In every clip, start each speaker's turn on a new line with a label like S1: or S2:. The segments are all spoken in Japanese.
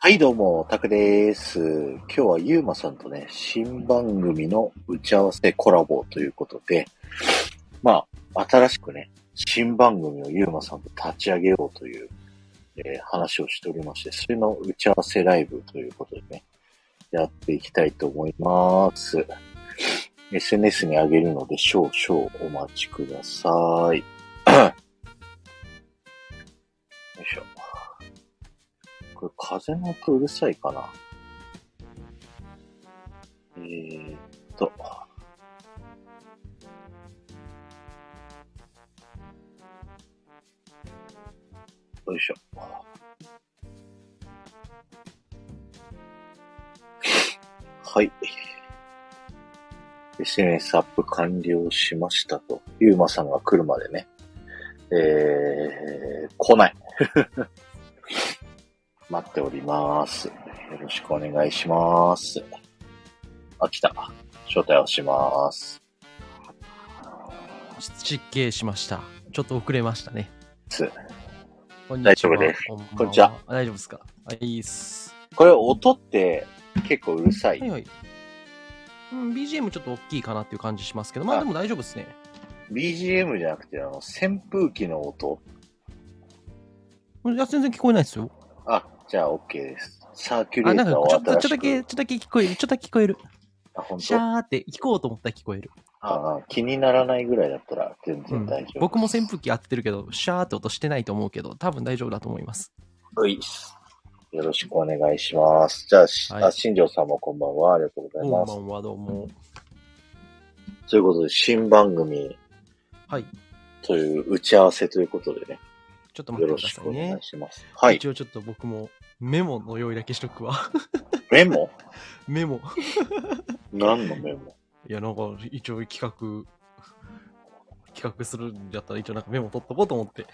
S1: はい、どうも、タクです。今日はゆうまさんとね、新番組の打ち合わせコラボということで、まあ、新しくね、新番組をゆうまさんと立ち上げようという、えー話をしておりまして、それの打ち合わせライブということでね、やっていきたいと思います。SNS に上げるので少々お待ちください。よ いしょ。これ風の音うるさいかなえー、っと。よいしょ。はい。SNS アップ完了しましたと。ゆうまさんが来るまでね。えー、来ない。待っております。よろしくお願いします。あ、来た。招待をします。
S2: 失敬しました。ちょっと遅れましたね。
S1: つ
S2: こん
S1: 大丈夫です。
S2: こんばん
S1: こんにちは。
S2: あ大丈夫ですかあ、いいっす。
S1: これ音って結構うるさい。
S2: はいはい。うん、BGM ちょっと大きいかなっていう感じしますけど、まあ
S1: はい
S2: でも大丈夫ですね。
S1: BGM じゃなくて、あの、扇風機の音。
S2: いや、全然聞こえないですよ。
S1: あ、じゃあ OK です。サーキュレ
S2: あ、
S1: ー
S2: な
S1: タ
S2: ん
S1: ー
S2: か
S1: を
S2: ちょっ
S1: 新
S2: と、ちょっと
S1: し
S2: だけ、ち
S1: く
S2: ょっ。とだけ聞こえる。ちょっとだけ聞こえる。
S1: あ、本
S2: シ
S1: 当
S2: ャーって聞こうと思ったら聞こえる。
S1: あ気にならないぐらいだったら全
S2: う
S1: 然
S2: ん
S1: 大丈夫。
S2: 僕も扇風機当ててるけど、シャーって音してないと思うけど、多分大丈夫だと思います。
S1: ういっすよろしくお願いします。じゃあ、し
S2: はい
S1: あ、新庄さんもこんばんは。ありがとうござ
S2: こ
S1: い
S2: んば
S1: ま
S2: んは、どうも。
S1: す。ということで、新番組
S2: はい。
S1: という打ち合わせということでね。
S2: ちょっと待
S1: よ
S2: って
S1: ろ
S2: くだ
S1: し
S2: さ
S1: く
S2: い
S1: お願
S2: ね
S1: い。します。はい
S2: 一。応ちょっと僕もメモの用意だけしとくわ。
S1: メモ
S2: メモ。
S1: 何のメモ
S2: いや、なんか、一応企画、 企画するんだったら、一応なんかメモ取っとこうと思って。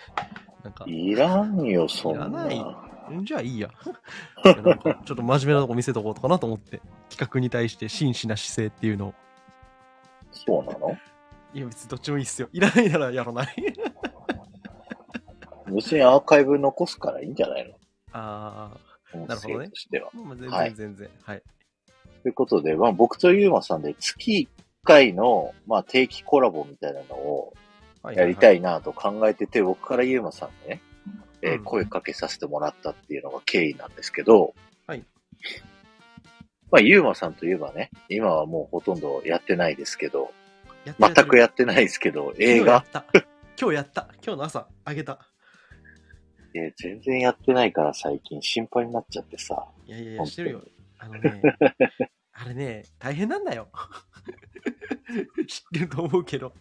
S2: なんか、
S1: いらんよ、そんな。
S2: いらないじゃあいいや。 いやなんかちょっと真面目なとこ見せとこうかなと思って、企画に対して真摯な姿勢っていうのを。
S1: そうなの
S2: いや、別にどっちもいいっすよ。いらないならや らない。
S1: 別にアーカイブ残すからいいんじゃないの
S2: あ
S1: 音
S2: なるほどね
S1: 声としては。
S2: あ、まあ全
S1: はい
S2: 然全然。はい。
S1: ということで、まあ、僕とユーマさんで月1回の、まあ、定期コラボみたいなのを
S2: はい
S1: やりた
S2: い。
S1: いなと考えてて、僕からユーマさんにね、えー
S2: うん
S1: 声かけさせてもらったっていうのが経緯なんですけど、
S2: はい。
S1: まあ、ユーマさんといえばね、今はもうほとんどやってないですけど、
S2: やってる
S1: 全くや
S2: っ
S1: ってないですけど、
S2: てる
S1: 映画
S2: 今日やった。今日やった。今日の朝、あげた。
S1: えー全然やってないから最近心配になっちゃってさ。
S2: いやいやい
S1: 本
S2: や、
S1: 当
S2: してるよ。あの ね、あれね、大変なんだよ。 知ってると思うけど。
S1: 知っ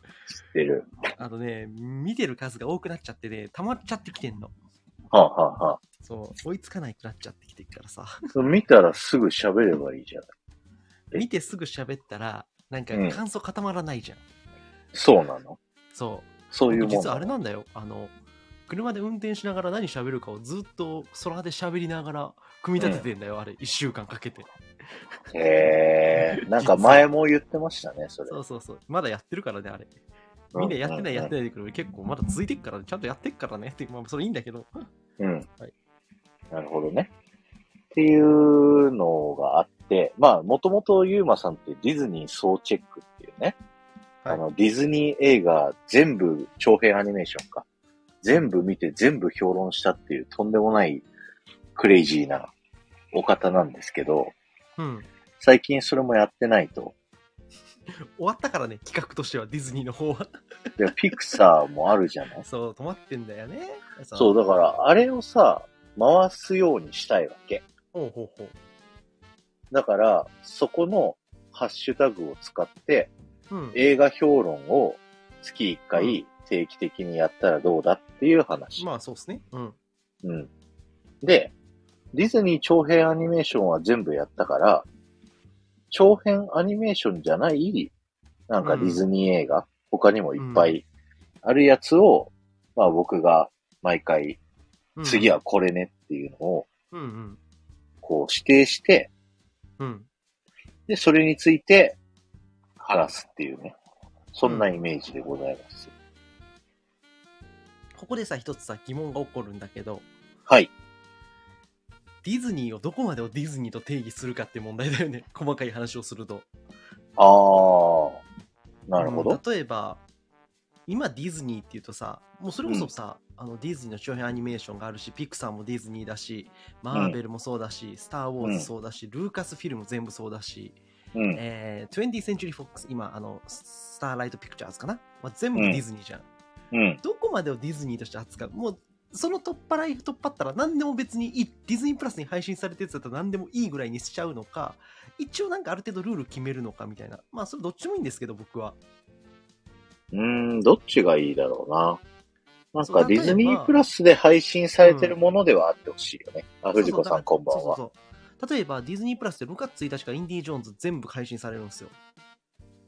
S1: てる。
S2: あのね、見てる数が多くなっちゃってね、溜まっちゃってきてんの。
S1: はあ、はあは
S2: そう、追いつかないくなっちゃってきてるからさ。
S1: あ、見たらすぐ喋ればいいじゃん。え
S2: 見てすぐ喋ったら、なんか
S1: うん
S2: 感想固まらないじゃん。
S1: そうなの
S2: そ。
S1: そうういうもん
S2: 僕実はあれ
S1: の
S2: なんだよ。あの、車で運転しながら何喋るかをずっと空で喋りながら組み立ててんだよ、あれ、1週間かけて。
S1: へえなんか前も言ってましたね、それ。
S2: そうそうそう。まだやってるからね、あれ。みんなやってない、やってないけど、結構まだ続いてっからね、ちゃんとやってっからねって、まあ、それいいんだけど。
S1: うん。うん
S2: はい
S1: なるほどね。っていうのがあって、まあ、もともとユーマさんってディズニー総チェックっていうね、
S2: はい
S1: あの、ディズニー映画全部、長編アニメーションか。全部見て全部評論したっていうとんでもないクレイジーなお方なんですけど、
S2: うん。
S1: 最近それもやってないと。
S2: 終わったからね、企画としては、ディズニーの方は。
S1: で、ピクサーもあるじゃ ない
S2: そう、止まってんだよね。
S1: そう、だから、あれをさ、回すようにしたいわけ。
S2: ほうほうほう。
S1: だから、そこのハッシュタグを使って、
S2: うん、
S1: 映画評論を月1回定期的にやったらどうだっていう話。
S2: まあそうですね。うん。
S1: うん。で、ディズニー長編アニメーションは全部やったから、長編アニメーションじゃない、なんかディズニー映画、他にもいっぱいあるやつを、まあ僕が毎回、
S2: うん
S1: 次。はこれねっていうのを、
S2: うんうん。
S1: こう指定して、
S2: うん。
S1: で、それについて話すっていうね。そんなイメージでございます。
S2: ここでさ、一つさ、疑問が起こるんだけど、
S1: はい。
S2: ディズニーをどこまでをディズニーと定義するかって問題だよね。 細かい話をすると。
S1: あー、なるほ
S2: うん
S1: ど。
S2: 例えば、今ディズニーっていうとさ、もうそれこそさ、あのディズニーの長編アニメーションがあるし、ピクサーもディズニーだし、マーベルもそうだし、スター・ウォーズそうだし、ルーカスフィルム全部そうだし、
S1: うん。
S2: えー、20th Century Fox、今、あの、スターライト・ピクチャーズかな、まあ、全部
S1: うん
S2: ディズニーじゃん。
S1: うん。
S2: どこまでをディズニーとして扱うもう、その取っ払い取っ張ったら何でも別にいい、ディズニープラスに配信されてるやつだったら何でもいいぐらいにしちゃうのか、一応なんかある程度ルール決めるのかみたいな。まあ、それどっちもいいんですけど、僕は。
S1: うーん、どっちがいいだろうな。なん
S2: そう
S1: か
S2: 例え
S1: ディズ
S2: ば
S1: ニープラスで配信されてるものではあってほしいよね。あ、
S2: そう
S1: 藤子さんこんばんは。
S2: そうそうそう例えば、ディズニープラスで6月1日からインディ・ージョーンズ全部配信されるんですよ。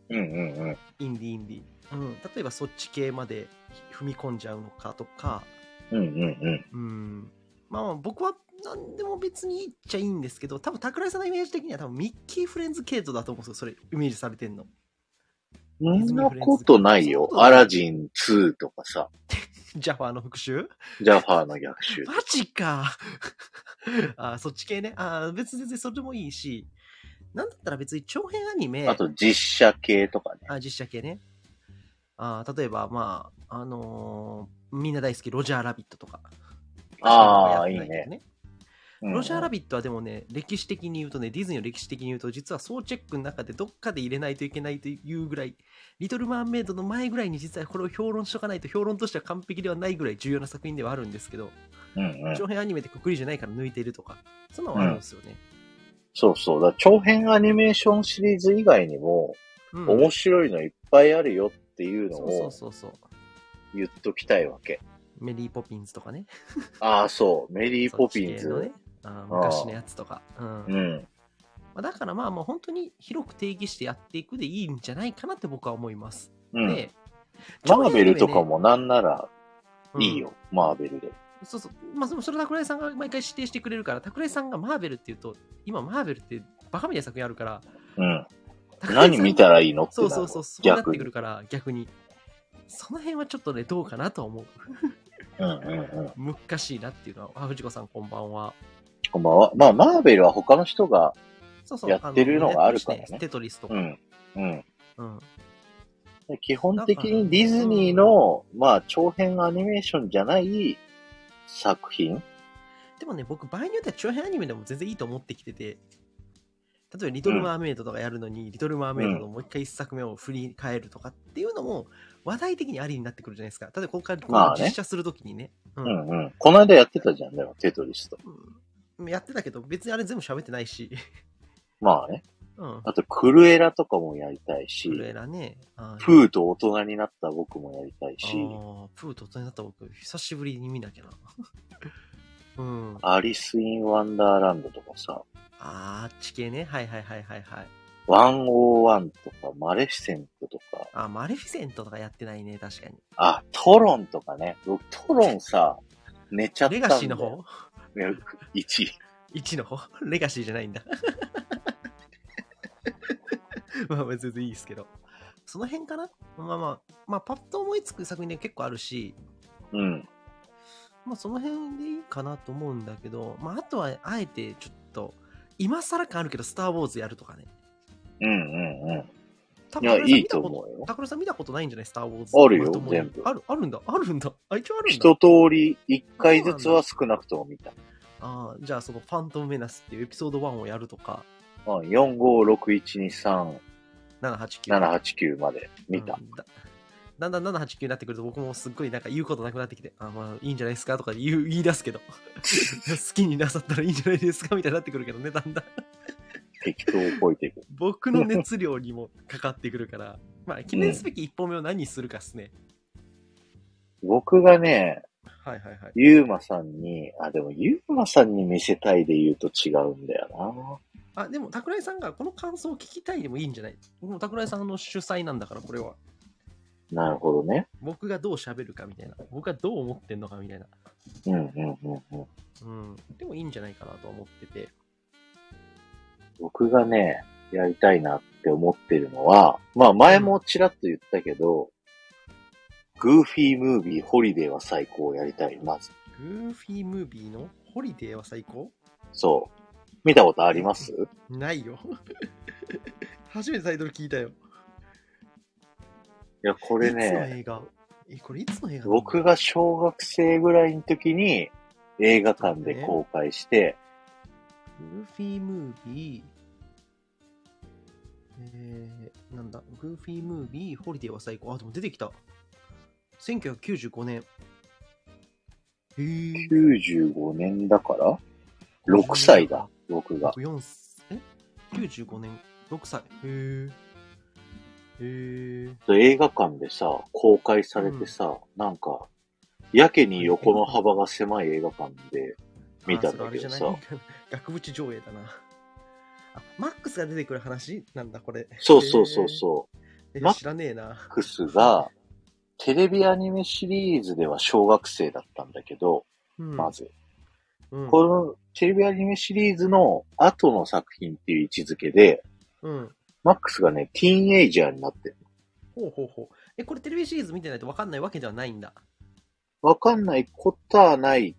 S1: うんうんうん。
S2: インディ・インディ。うん、例えばそっち系まで踏み込んじゃうのかとか、
S1: うんうん
S2: うん。まあまあ僕は何でも別にいいっちゃいいんですけど、多分桜井さんのイメージ的には多分ミッキーフレンズ系統だと思うんですよ、それ、イメージされてんの。
S1: うん。そんなことないよ。アラジン2とかさ、
S2: ジャファーの復讐
S1: ジャファーの逆襲。
S2: マジか あそっち系ね。あ別に全然それでもいいし、なんだったら別に長編アニメ、
S1: あと実写系とかね。
S2: あ実写系ね。あ例えば、まあ、あのーみんな大好き、ロジャー・ラビットとか。
S1: あー
S2: やってなけどね。
S1: うん
S2: ロジャー・ラビットはでもね、歴史的に言うとね、ディズニーの歴史的に言うと、実は総チェックの中でどっかで入れないといけないというぐらい、リトル・マーメイドの前ぐらいに実はこれを評論しとかないと、評論としては完璧ではないぐらい重要な作品ではあるんですけど、
S1: うんうん。
S2: 長編アニメってくくりじゃないから抜いてるとか、そんなのはあるんですよね。
S1: そうそう。だから長編アニメーションシリーズ以外にも、
S2: うん
S1: 面白いのいっぱいあるよっていうの
S2: そう
S1: を
S2: そうそうそ
S1: 言っときたいわけ。
S2: う。メリー・ポピンズとかね。
S1: ああ、そう。メリー・ポピンズ。
S2: そっち系のねあー昔のやつとか。うん
S1: うん。
S2: まあ、だからまあもう本当に広く定義してやっていくでいいんじゃないかなって僕は思います。
S1: うん。
S2: で、
S1: マーベルとか
S2: 長編アニメね
S1: もなんならいいよ。。マーベルで。
S2: うんそうそう。まあでもそれ桜井さんが毎回指定してくれるから、桜井さんがマーベルって言うと、今マーベルってバカみたいな作品あるから、
S1: うん。
S2: 桜井さん
S1: 何見たらいいのって
S2: そ
S1: な
S2: う
S1: る
S2: そうそう、そうなっ
S1: 逆に
S2: てく。るから逆に。その辺はちょっとね、どうかなとは思う。
S1: うんうんうん。
S2: 難しいなっていうのは、あ、藤子さんこんばんは。
S1: こんばんは。まあ、マーベルは他の人が、
S2: そうそう。
S1: やってるのがあるからね
S2: あのテトリスとか。
S1: うん。うん。
S2: うん
S1: で基本的にディズニーの、まあ、長編アニメーションじゃない作品。
S2: でもね、僕、場合によっては長編アニメでも全然いいと思ってきてて、例えば、リトル・マーメイドとかやるのに、リトル・マーメイドのもう一回一作目を振り返るとかっていうのも、話題的にありになってくるじゃないですか。例えば、今回、
S1: まあね
S2: 実写するときにね、う
S1: うんんうん。この間やってたじゃん、でも、テトリスと。
S2: うんやってたけど、別にあれ全部喋ってないし、
S1: まあね。
S2: うん。
S1: あと、クルエラとかもやりたい
S2: クル
S1: し、
S2: エラね、あー
S1: プーと大人になった僕もやりたい
S2: あ
S1: し、
S2: ープーと大人になった僕、久しぶりに見なきゃ な。うん。
S1: アリス・イン・ワンダーランドとかさ、
S2: あー、地形ね。はいはいはいはいはい。
S1: 101とか、マレフィセントとか、
S2: あー、マレフィセントとかやってないね、確かに。
S1: あ、トロンとかね。僕、トロンさ、寝ちゃった
S2: レ
S1: んだよ。
S2: ガシーの方
S1: いや ?1 位。
S2: 1の方 レガシーじゃないんだ。まあまあ全然いいですけど。その辺かなまあまあ、まあパッと思いつく作品で結構あるし、
S1: うん。
S2: まあその辺でいいかなと思うんだけど、まああとはあえてちょっと、今更感あるけど、スター・ウォーズやるとかね。
S1: うんうんうん。
S2: 多
S1: いや、いいと
S2: う。
S1: 思うよ。
S2: タクロさん見たことないんじゃないスター・ウォーズ。
S1: あるよ
S2: 俺と思う
S1: 全部
S2: ある、あるんだ。あるんだ。あ、一応あるんだ。
S1: 一通り、一回ずつは少なくとも見た。
S2: ああ、じゃあそのファントム・メナスっていうエピソード1をやるとか、
S1: うん、4、5、6、1、2、
S2: 7、8、9。
S1: 3、7、8、9まで見た
S2: う。んだだんだん789になってくると僕もすっごいなんか言うことなくなってきて、あまあいいんじゃないですかとか言う言い出すけど、 好きになさったらいいんじゃないですかみたいになってくるけどね、だんだん
S1: 適当を超えていく。
S2: 僕の熱量にもかかってくるから、 まあ記念すべき一本目を何にするかっすね。
S1: 僕がね、
S2: はいはいはい。
S1: ゆうまさんに、あ、でもゆうまさんに見せたいで言うと違うんだよ
S2: あ、でも桜井さんがこの感想を聞きたいでもいいんじゃないもう桜井さんの主催なんだから、これは。
S1: な。なるほどね。
S2: 僕がどう喋るかみたいな。僕がどう思ってんのかみたいな。
S1: うんうんうんうん。
S2: うん。でもいいんじゃないかなと思ってて。
S1: 僕がね、やりたいなって思ってるのは、まあ前もちらっと言ったけど、グーフィームービー、ホリデーは最高をやりたい、まず。
S2: グーフィームービーのホリデーは最高
S1: そう。見たことあります
S2: ないよ。 初めてタイトル聞いたよ。
S1: いや、こ
S2: こ
S1: れ
S2: いつの
S1: ね、
S2: 映画え、これいつの映画
S1: 僕が小学生ぐらいの時に映画館で公開して、
S2: グーフィームービー、えー、なんだ、グーフィームービー、ホリデーは最高。あ、でも出てきた。1995年。へえ。
S1: 95年だから、6歳だ、僕が。
S2: 僕4す、え ?95 年、6歳。へえ。へえ。
S1: 映画館でさ、公開されてさ、なんか、やけに横の幅が狭い映画館で、見たんだけどさ
S2: あそれあれじゃない 額縁上映だな。あ、マックスが出てくる話なんだ、これ。
S1: そうそうそうそう。
S2: え
S1: マッ
S2: 知らねえな。
S1: クスが、テレビアニメシリーズでは小学生だったんだけど、
S2: うん
S1: まず。
S2: うん
S1: このテレビアニメシリーズの後の作品っていう位置づけで、
S2: うん。
S1: マックスがね、ティーンエイジャーになってる。
S2: ほうほうほう。え、これテレビシリーズ見てないと分かんないわけではないんだ。
S1: わかんないことはない。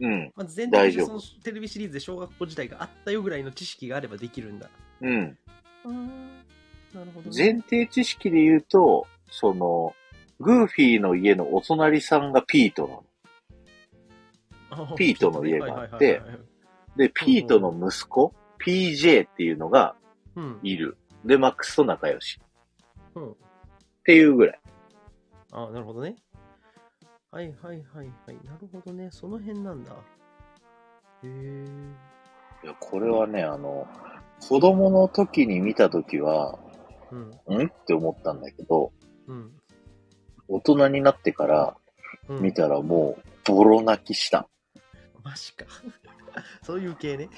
S1: うん、
S2: まず全体的
S1: 大
S2: に
S1: 丈
S2: そ
S1: 夫
S2: のテレビシリーズで小学校時代があったよぐらいの知識があればできるんだ。
S1: うん。
S2: うーん。なるほど、
S1: 前提知識で言うと、その、グーフィーの家のお隣さんがピートなの。
S2: あ
S1: ピートの家があっ。
S2: はい
S1: て
S2: はいはいはい
S1: で、ピートの息子、PJ っていうのが
S2: うん。
S1: いる。で、マックスと仲良し。
S2: うん。
S1: っていうぐらい。
S2: あなるほどね。はいはいはいはい。なるほどね。その辺なんだ。へえ。
S1: いや、これはね、あの、子供の時に見た時は、
S2: うん。
S1: んって思ったんだけど、
S2: うん。
S1: 大人になってから
S2: うん、
S1: 見たらもう、ボロ泣きした。
S2: マジか。 そういう系ね。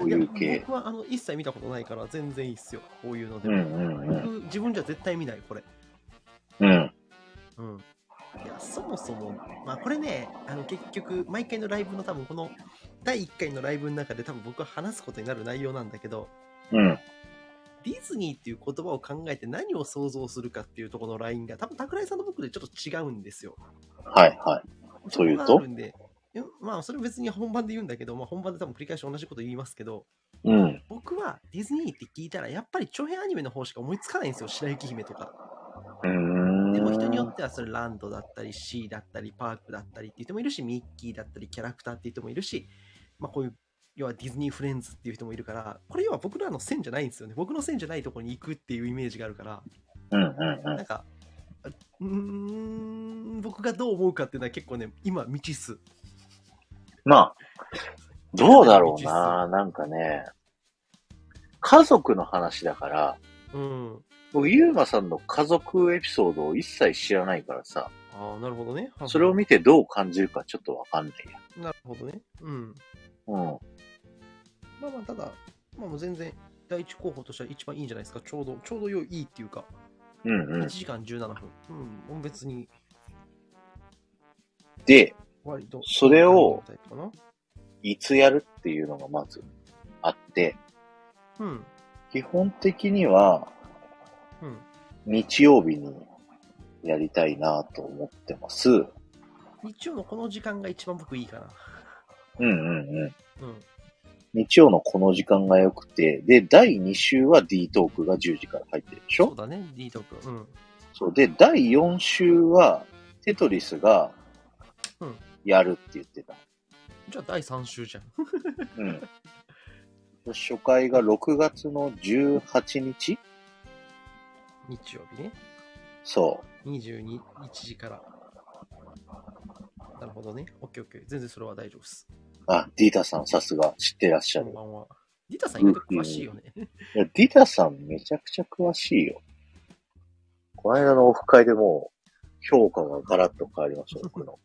S1: そういう系。
S2: 僕はあの一切見たことないから全然いいっすよ。こういうので
S1: うん
S2: も。
S1: うんうん。
S2: 僕自分じゃ絶対見ない、これ。
S1: うん。
S2: うん。いや、そもそも、まあこれね、あの結局、毎回のライブの多分この第1回のライブの中で多分僕は話すことになる内容なんだけど、
S1: うん。
S2: ディズニーっていう言葉を考えて何を想像するかっていうところのラインが多分桜井さんと僕でちょっと違うんですよ。
S1: はいはい。というと
S2: そこがあるんでいやまあそれ別に本番で言うんだけど、まあ、本番で多分繰り返し同じこと言いますけど
S1: うん。
S2: 僕はディズニーって聞いたらやっぱり長編アニメの方しか思いつかないんですよ白雪姫とか
S1: うーん。
S2: でも人によってはそれランドだったりシーだったりパークだったりっていう人もいるしミッキーだったりキャラクターっていう人もいるし、まあ、こういう要はディズニーフレンズっていう人もいるからこれ要は僕らの線じゃないんですよね僕の線じゃないところに行くっていうイメージがあるから
S1: うんうんうん
S2: なんかあうーん僕がどう思うかっていうのは結構ね今未知数
S1: まあ、どうだろうな。なんかね、家族の話だから、
S2: うん
S1: 僕、ゆうまさんの家族エピソードを一切知らないからさ、
S2: ああなるほどね
S1: それを見てどう感じるかちょっとわかんないや。
S2: なるほどねうん
S1: うん。
S2: まあまあただまあもう全然第一候補としては一番いいんじゃないですかちょうどちょうど良いいいっていうか
S1: うんう
S2: 1
S1: ん。
S2: 時間17分うん別に
S1: で、
S2: 割と
S1: それを
S2: タイプかない
S1: つやるっていうのがまずあって、
S2: うん
S1: 基本的には
S2: うん
S1: 日曜日にやりたいなと思ってます。うん
S2: 日曜のこの時間が一番僕いいかな
S1: うんうん。
S2: うん
S1: 日曜のこの時間が良くて、で、第2週は D トークが10時から入ってるでし
S2: そう
S1: ょ
S2: だね D トークうん
S1: そう。で、第4週はテトリスが
S2: うん
S1: やるって言ってた。
S2: じゃあ第3週じゃん
S1: うん。初回が6月の18日
S2: 日曜日ね
S1: そ
S2: 22 1時からなるほどねオッケーオッケー全然それは大丈夫です
S1: う。あ、ディータさんさすが知ってらっしゃ
S2: こん
S1: る。
S2: ばんはリタさん意外と詳しいよね
S1: いや、ディタさんめちゃくちゃ詳しいよ。この間のオフ会でもう評価がガラッと変わりま した、僕の。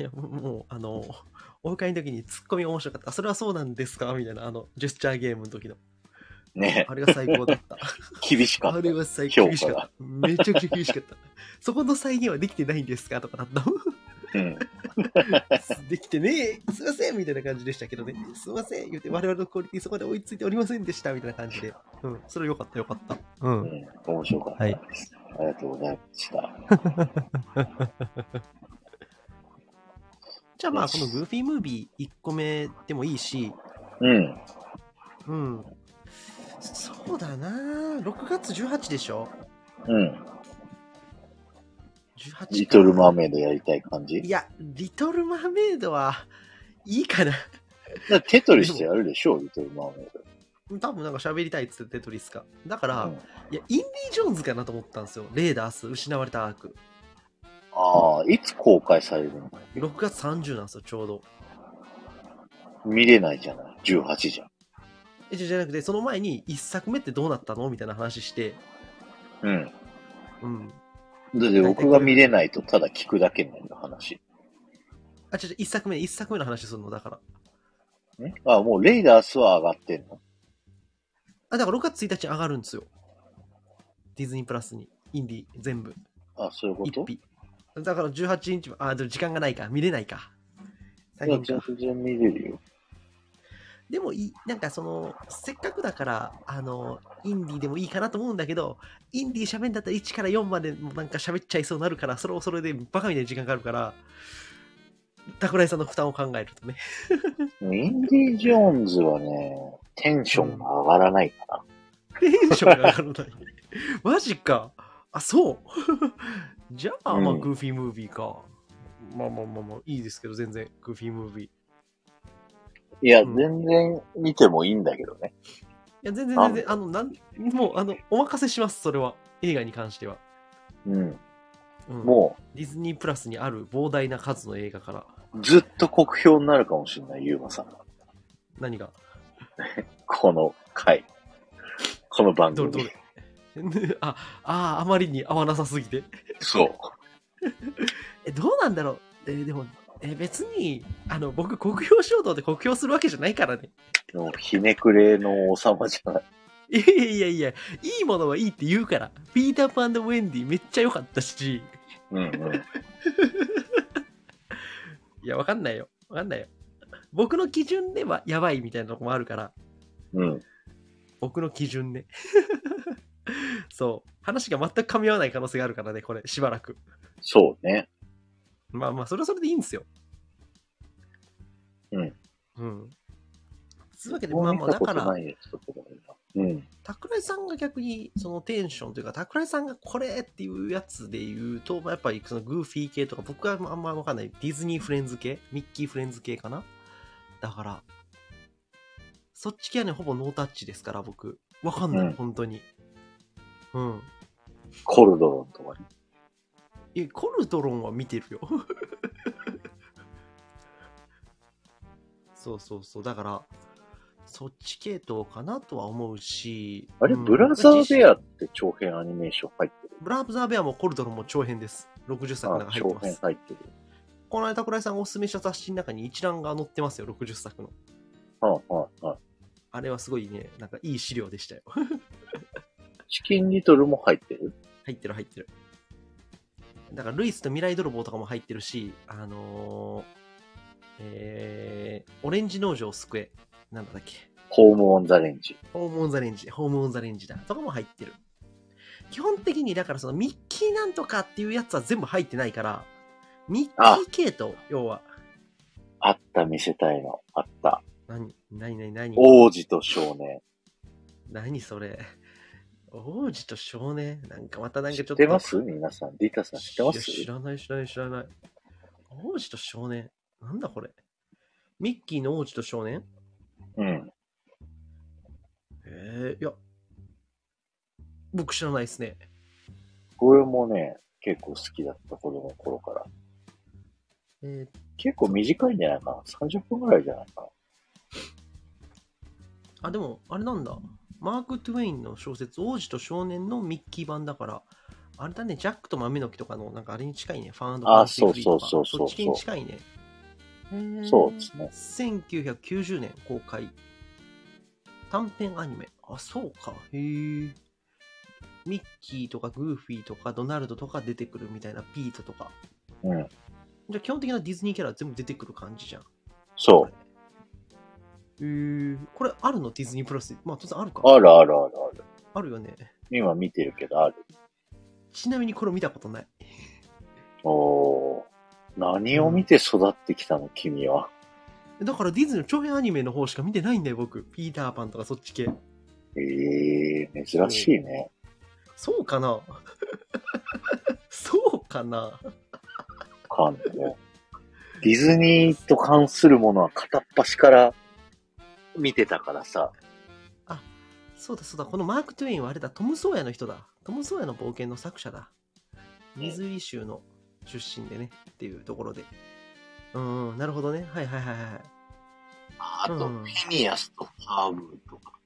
S2: いやもうもうあのお迎えの時にツッコミが面白かったあそれはそうなんですかみたいなあのジェスチャーゲームの時の
S1: ね
S2: あれが最高だ った
S1: 厳しか
S2: あ
S1: っ
S2: れ
S1: た。
S2: は最
S1: 評価
S2: 厳しかった。めちゃくちゃ厳しかった。そこの再現はできてないんですかとかだったもん
S1: うん。
S2: できてねえ、すいませんみたいな感じでしたけどね。すいません言って、我々のクオリティそこで追いついておりませんでしたみたいな感じで。うん、それよかったよかった。う。
S1: うんん。面白かったです。ありがとうございました。
S2: じゃあまあ、このグーフィームービー1個目でもいいし、
S1: うん。
S2: うん。そうだな6月18でしょ
S1: うん。
S2: 18
S1: リトル・マーメイドやりたい感じ
S2: いや、リトルマーメイドはいいかな。
S1: だテトリスってやるでしょリトル・マーメイド。
S2: 多分なんか喋りたいっつってテトリスか。だから、
S1: うん
S2: いや、インディ・ジョーンズかなと思ったんですよ。レーダース、失われたアーク。
S1: ああ、いつ公開されるの
S2: 6月30なんですよ、ちょうど。
S1: 見れないじゃない ?18 じゃん。
S2: えじゃじゃなくて、その前に1作目ってどうなったのみたいな話して、
S1: うん。
S2: うん。
S1: だって僕が見れないとただ聞くだけになる話。
S2: あ、違う違う、1作目、1作目の話するの、だから。
S1: んあ、もうレイダースは上がってんの
S2: あ、だから6月1日上がるんですよ。ディズニープラスに、インディ、全部、
S1: あ、そういうこ
S2: 一
S1: と
S2: 匹。だから18日も、あ、でも時間がないか、見れないか。大
S1: いや
S2: 変
S1: 全
S2: か。
S1: 然見れるよ。
S2: でもいい、なんかその、せっかくだから、あの、インディでもいいかなと思うんだけど、インディ喋んだったら1から4までもなんか喋っちゃいそうになるから、それをそれでバカみたいに時間かかるから、タクライさんの負担を考えるとね。
S1: インディ・ジョーンズはね、テンションが上がらないかな。
S2: テンションが上がらない。 マジか。あ、そう。 じゃあ、まあ、
S1: うん
S2: グーフィームービーか。まあまあまあまあ、いいですけど、全然、グーフィームービー。い
S1: いや、
S2: うん
S1: 全然見てもいいんだけどね。
S2: や、全然
S1: あ
S2: 全然、あの、なん、もう、あの、お任せします、それは。映画に関しては。
S1: うん。
S2: うん、
S1: も
S2: う。ディズニープラスにある膨大な数の映画から。
S1: う、ずっと酷評になるかもしれない、ユーマさんが。
S2: 何が
S1: この回。この番
S2: どれど
S1: 組。
S2: れあ、あー、あまりに合わなさすぎて。
S1: そう。
S2: え、どうなんだろうえーでも、えー別に、あの、僕、酷評しようと思って酷評するわけじゃないからね。
S1: でもひねくれの王様じゃない。
S2: いやいやいや、いいものはいいって言うから。ピーターパンウェンディめっちゃ良かったし。
S1: うんうん。
S2: いや、わかんないよ。わかんないよ。僕の基準ではやばいみたいなとこもあるから。
S1: うん。
S2: 僕の基準ね。 そう。話が全く噛み合わない可能性があるからね、これ、しばらく。
S1: そうね。
S2: まあまあ、それはそれでいいんですよ。
S1: うん。
S2: うん。つうわけで、まあ
S1: 見
S2: まあ、
S1: た
S2: だ
S1: こ
S2: か
S1: と
S2: ら、
S1: ないやつとかもいいなうん。
S2: 桜井さんが逆に、そのテンションというか、桜井さんがこれっていうやつで言うと、まあ、やっぱりそのグーフィー系とか、僕はあんまわかんない、ディズニーフレンズ系、ミッキーフレンズ系かな。だから、そっち系はね、ほぼノータッチですから、僕。わかんない、
S1: うん
S2: 本当に。うん。
S1: コルドロンとかね。
S2: え、コルトロンは見てるよ。 そうそうそう。だから、そっち系統かなとは思うし。
S1: あれ、
S2: うん
S1: ブラザーベアって長編アニメーション入ってる。
S2: ブラザーベアもコルトロンも長編です。60作の
S1: あ
S2: 中、入って
S1: 長
S2: ま
S1: 編
S2: す。
S1: 入ってる。
S2: この間、桜井さんがおすすめした雑誌の中に一覧が載ってますよ、60作の。
S1: はいはいはい。
S2: あれはすごいね、なんかいい資料でしたよ。
S1: チキンリトルも入ってる
S2: 入ってる入ってる。だから、ルイスと未来泥棒とかも入ってるし、あのー、えー、オレンジ農場を救え。なんだっけ。
S1: ホームオンザレンジ。
S2: ホームオンザレンジ、ホームオンザレンジだとかも入ってる。基本的に、だからそのミッキーなんとかっていうやつは全部入ってないから、ミッキー系統、要は、
S1: あった、見せたいの。あった。
S2: 何、何、何、何、
S1: 王子と少年。
S2: 何それ。王子と少年なんかまたなんかち
S1: 知
S2: ょ
S1: っ
S2: っと。
S1: てます皆さん。ディータさん知ってま
S2: いや
S1: す
S2: 知らない、知らない、知らない。王子と少年なんだこれ。ミッキーの王子と少年
S1: うん。
S2: えー、いや、僕知らないですね。
S1: これもね、結構好きだった、子供の頃から。
S2: えー、
S1: 結構短いんじゃないかな ?30 分ぐらいじゃないかな
S2: あ、でも、あれなんだ。マーク・トゥウェインの小説、王子と少年のミッキー版だから、あれだね、ジャックと豆の木とかの、なんかあれに近いね、ファンファンシーフリーとか
S1: そうそうそうそうそう
S2: っち系に近いね。へー
S1: そうですね。
S2: 1990年公開。短編アニメ。あ、そうか。へえ。ミッキーとかグーフィーとかドナルドとか出てくるみたいな、ピートとか。。
S1: うん。
S2: じゃあ基本的なディズニーキャラ全部出てくる感じじゃん。
S1: そう。
S2: えー、これあるのディズニープラス。まあ当然あるか。
S1: あるあるあるある。
S2: あるよね。
S1: 今見てるけどある。
S2: ちなみにこれ見たことない。
S1: おー。何を見て育ってきたの、君は。
S2: だからディズニーの長編アニメの方しか見てないんだよ、僕。ピーターパンとかそっち系。
S1: ええ珍しいね。
S2: そうかな そうかな
S1: かんね。ディズニーと関するものは片っ端から見てたからさ。
S2: そうだそうだ、このマーク・トゥエインはあれだ、トム・ソーヤの人だ。トム・ソーヤの冒険の作者だ。ミズーリ州の出身でね、っていうところで。うーん、なるほどね。はいはいはいは
S1: あと、
S2: う
S1: フ
S2: ん
S1: ィニアスとファーブとか、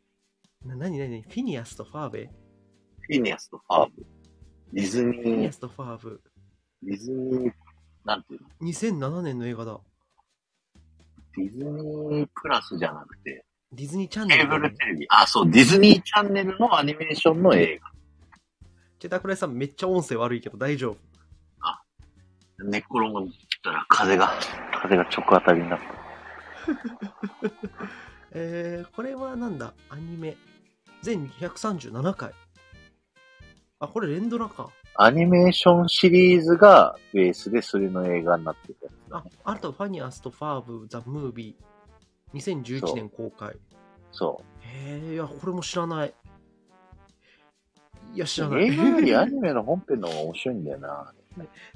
S2: い。な、なになにフィニアスとファーベ
S1: フィニアスとファーブ。ディズニ
S2: フィニ
S1: ー
S2: ア、スとファーブ。
S1: ディズニー、なんていうの
S2: 2007年の映画だ。
S1: ディズニープラスじゃなくて、
S2: ディズニーチャンネ
S1: ケー
S2: ル
S1: ブ
S2: だね、
S1: ルテレビ。あ、そう、ディズニーチャンネルのアニメーションの映
S2: チェタクライさんめっちゃ音声悪いけど大丈夫。
S1: 画。寝っ転がったら風が、風が直当たりになった。
S2: えー、これはなんだアニメ。全237回。あ、これ連ドラか。
S1: アニメーションシリーズがベースでそれの映画になってる。
S2: あ、あとファニアスとファーブ・ザ・ムービー。2011年公開。
S1: そ
S2: へえ、いや、これも知らない。いや、知ら
S1: う。
S2: ない。
S1: 映画より アニメの本編の方が面白いんだよな。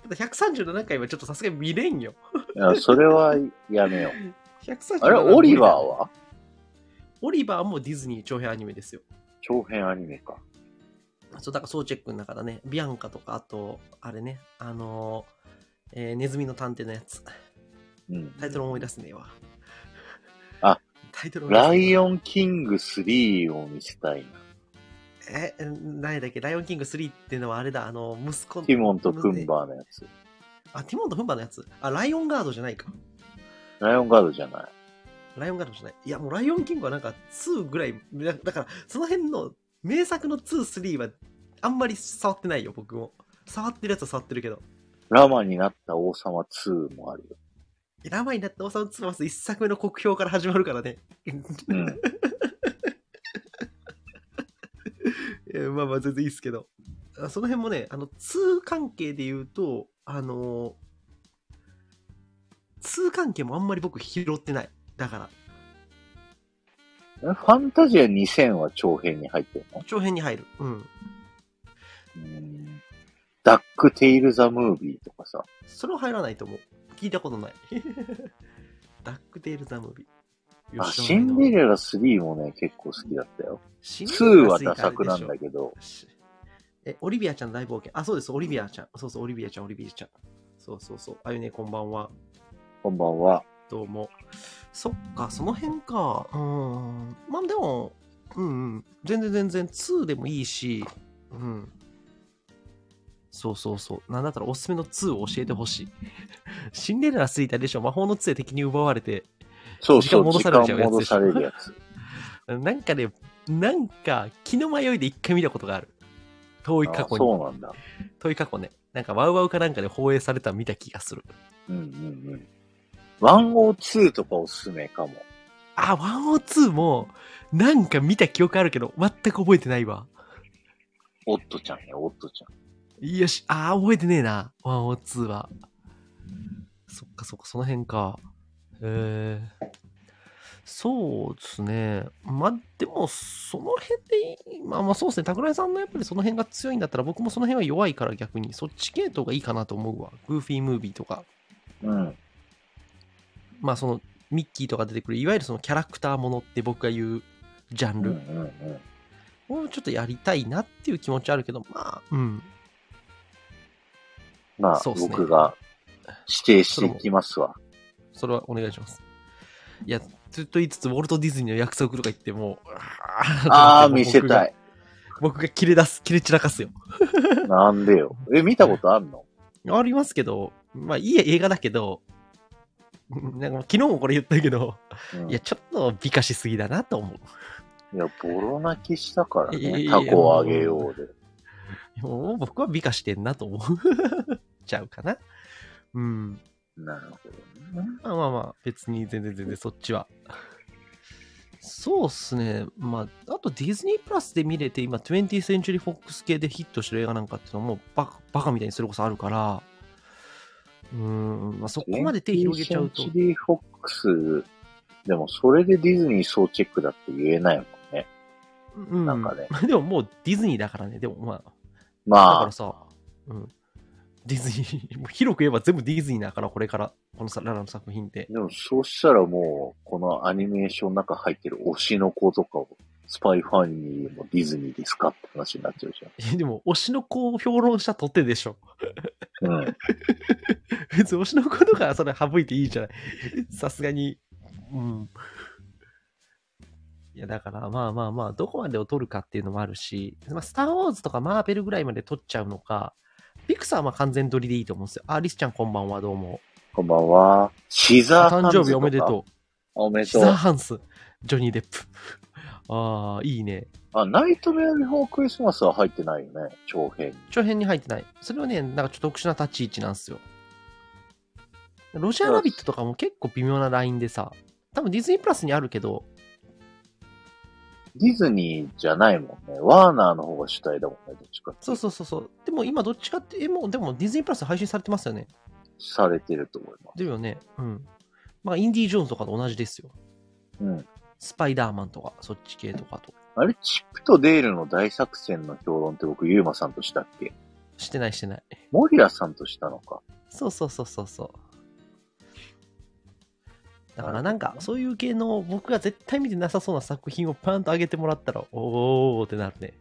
S2: ただ137回はちょっとさすがに見れんよ。
S1: いや、それはやめよう。
S2: 137
S1: あれ、オリバーは
S2: オリバーもディズニー長編アニメですよ。
S1: 長編アニメか。
S2: そう、だからソーチェックの中だね。ビアンカとか、あと、あれね、あのーえーネズミの探偵のやつ。
S1: うん。
S2: タイトル思い出すねえわ。
S1: あ、
S2: タイトル
S1: ライ
S2: ン。
S1: オンキング3を見せたいな。
S2: え、何だっけ、ライオンキング3っていうのはあれだ、あの、息子の
S1: ティモンとクンバーのやつ。
S2: あ、ティモンとフンバのやつ。あ、ライオンガードじゃないか。
S1: ライオンガードじゃない。
S2: ライオンガードじゃない。いや、もうライオンキングはなんか2ぐらい、だだから、その辺の名作の2、3はあんまり触ってないよ、僕も。触ってるやつは触ってるけど。
S1: ラマになった王様2もあるよ。
S2: ラマになった王様つまず1作目の国評から始まるからね。
S1: うん。
S2: いやまあまあ全然いいですけど。あその辺もね、あの、2関係で言うと、あのー、2関係もあんまり僕拾ってない。だから、
S1: ファンタジア2000は長編に入ってるの
S2: 長編に入る。うん。
S1: うん。ダックテイルザムービーとかさ。
S2: それは入らないと思う。聞い たことない。ダックテール・ザ・ムービー。
S1: あ、
S2: 知
S1: シ
S2: らないな
S1: ンデレラ3もね、結構好きだったよ。
S2: シンデレ
S1: 2
S2: ラ
S1: は
S2: スイカ
S1: ダ作
S2: あ
S1: なん
S2: れでしょ
S1: だけど、
S2: しえ、オリビアちゃん大冒険。あ、そうです、オリビアちゃん。そうそう、オリビアちゃん、オリビアちゃん。そうそうそう。あゆね、こんばんは。
S1: こんばんは。
S2: どうも。そっか、その辺か。うーん。まあでも、うんうん。全然全然、2でもいいし、うん。そうそうそう。なんだったらおすすめの2を教えてほしい。 シンデレラ過ぎたでしょ。魔法の杖敵に奪われて。
S1: そうそう、時
S2: 時間
S1: 間
S2: 戻される
S1: 戻
S2: やつでし
S1: さ
S2: ょ
S1: れるやつ。
S2: なんかね、なんか気の迷いで一回見たことがある。遠い
S1: あ
S2: 過去
S1: そう
S2: に。
S1: なんだ。
S2: 遠い過去ね。なんかワウワウかなんかで放映されたの見た気がする。
S1: うんうんうん。102とかおすすめかも。
S2: あ、102も、なんか見た記憶あるけど、全く覚えてないわ。
S1: オットちゃんや、オットちゃん。
S2: よし、あー、覚えてねえな。102は。そっかそっか、その辺か。えー。そうですね。まあ、でも、その辺でいい、まあまあそうですね。桜井さんのやっぱりその辺が強いんだったら、僕もその辺は弱いから逆に、そっち系統がいいかなと思うわ。グーフィームービーとか。
S1: うん。
S2: まあそのミッキーとか出てくるいわゆるそのキャラクターものって僕が言うジャン
S1: うんうん
S2: ル
S1: うん。
S2: をちょっとやりたいなっていう気持ちあるけどまあうん
S1: まあ、
S2: そうっすね
S1: 僕が指定していきますわ。
S2: それはお願いしますいやずっと言いつつウォルト・ディズニーの約束とか言ってもう
S1: ああー、見せたい。
S2: 僕が僕が切れ出す切れ散らかすよ
S1: なんでよ。え、見たことあんの
S2: ありますけどまあいい映画だけどうんなんか昨日もこれ言ったけど、
S1: うん
S2: いや、ちょっと美化しすぎだなと思う。
S1: いや、ボロ泣きしたから
S2: いやい
S1: ね。
S2: や
S1: タ
S2: いや
S1: コをあげようで。
S2: もう僕は美化してんなと思う。ちゃう かな。うん。
S1: なるほどね。
S2: まあまあまあ、別に全然全然そっちは。そうっすね。まあ、あとディズニープラスで見れて、今、20th Century Fox 系でヒットしてる映画なんかっていうのもバカ、バカみたいにそれこそあるから、うん、まあ、そこまで手広げちゃうと
S1: センチュ。リーフォックス、でもそれでディズニー総チェックだって言えないもんね。
S2: うん、
S1: なんかね
S2: ま あでももうディズニーだからね、でもまあ、だか
S1: まあ
S2: ら、さ、うん、ディズニー、もう 広く言えば全部ディズニーだから、これから、このさララの作品って。
S1: でもそうしたらもう、このアニメーションの中入ってる推しの子とかを、スパイファミリーもディズニーですかって話になっちゃうじ
S2: えでも、推しの子を評論したとてでしょ。
S1: ゃん。 うん。
S2: 別に推しの子とかはそれ省いていいじ ゃない。さすがに。うん。いや、だから、まあまあまあ、どこまでを取るかっていうのもあるし、まあ、スター・ウォーズとかマーベルぐらいまで取っちゃうのか、ピクサーはまあ完全取りでいいと思うんですよ。あ、リスちゃんこんばんは、どうも。
S1: こんばんは。シザーハン
S2: 誕
S1: ズとか
S2: 生日おめでとう。
S1: おめで
S2: シ
S1: と
S2: ザー
S1: う。
S2: ハンス、ジョニー・デップ。 ああ、いいね。
S1: あ、ナイトメアビフォークリスマスは入ってないよね。長編に。
S2: 長編に入ってない。それはね、なんかちょっと特殊な立ち位置なんですよ。ロジャーラビットとかも結構微妙なラインでさ、多分ディズニープラスにあるけど、
S1: ディズニーじゃないもんね。ワーナーの方が主体だもんね。どっちかってい
S2: そうそうそうそう。でも今どっちかって、えもうでもディズニープラスで配信されてますよね。
S1: されてると思いま
S2: だよね。うん。まあインディ・ージョーンズとかと同じですよ。
S1: す。うん。
S2: スパイダーマンとか、そっち系とかと。
S1: あれ、チップとデールの大作戦の評論って僕、ユーマさんとしたっけ
S2: してないしてない。
S1: モリラさんとしたのか。
S2: そうそうそうそうそう。だからなんか、そういう系の僕が絶対見てなさそうな作品をパンと上げてもらったら、おーってなるね。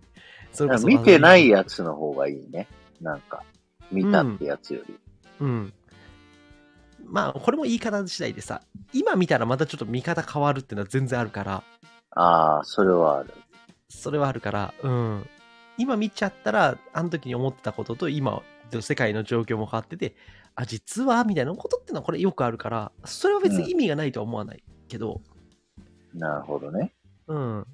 S2: それこそ
S1: 見てないやつの方がいいね。なんか、見たってやつより。
S2: うん。まあ、これも言い方次第でさ、今見たらまたちょっと見方変わるっていうのは全然あるから、
S1: ああ、それはある。
S2: それはあるから、うん。今見ちゃったら、あの時に思ってたことと、今、世界の状況も変わってて、あ、実はみたいなことってのはこれよくあるから、それは別に意味がないとは思わないけど、
S1: なるほどね。
S2: うん。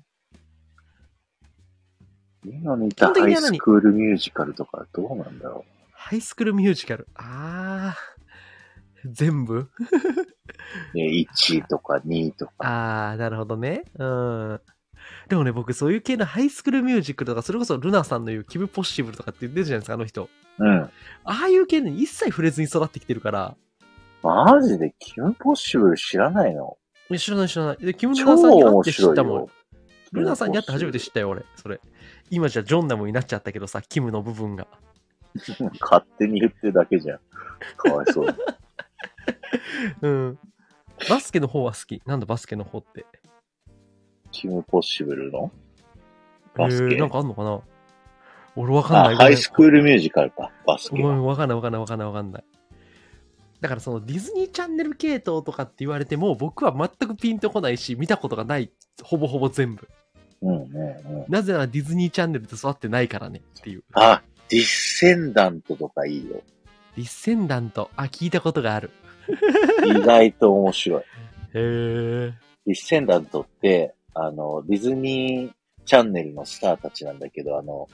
S1: 今見た
S2: 基本
S1: ハ
S2: 的に
S1: イ
S2: は何
S1: スクールミュージカルとかどうなんだろ
S2: ハイスクールミュージカル。あー。全部
S1: う。ね、1とか2とか。
S2: あー、なるほどね。うん。でもね、僕、そういう系のハイスクールミュージックとか、それこそルナさんの言うキムポッシブルとかって言ってるじゃないですか、あの人。
S1: うん。
S2: ああいう系に一切触れずに育ってきてるから、
S1: マジでキムポッシブル知らないの
S2: いや知らない知らない。で、キムル
S1: 超
S2: ナさんに会っ
S1: 面
S2: て知っ
S1: 白い
S2: たもん
S1: よ。。
S2: ルナさんに会って初めて
S1: キ
S2: 知ったよ、俺。それ。今じゃジョンダムになっちゃったけどさ、キムの部分が。
S1: ムポッシブル。勝手に言ってるだけじゃん。かわいそう。
S2: うん。バスケの方は好き。なんだ、バスケの方って。
S1: キムポッシブルのバス
S2: え
S1: ケ
S2: ー、なんかあんのかな俺わかんな
S1: あ、
S2: い。
S1: ハイスクールミュージカルか。バス
S2: う
S1: ケは。
S2: ん、わかんないわかんないわかんないわかんない。だからそのディズニーチャンネル系統とかって言われても僕は全くピンとこないし見たことがないほぼほぼ全部
S1: うんうんうん。
S2: なぜならディズニーチャンネルって育ってないからねっていう
S1: あ、ディッセンダントとかいいよ。
S2: ディッセンダントあ聞いたことがある
S1: 意外と面白い。
S2: へえ
S1: ディッセンダントって、あの、ディズニーチャンネルのスターたちなんだけど、あの、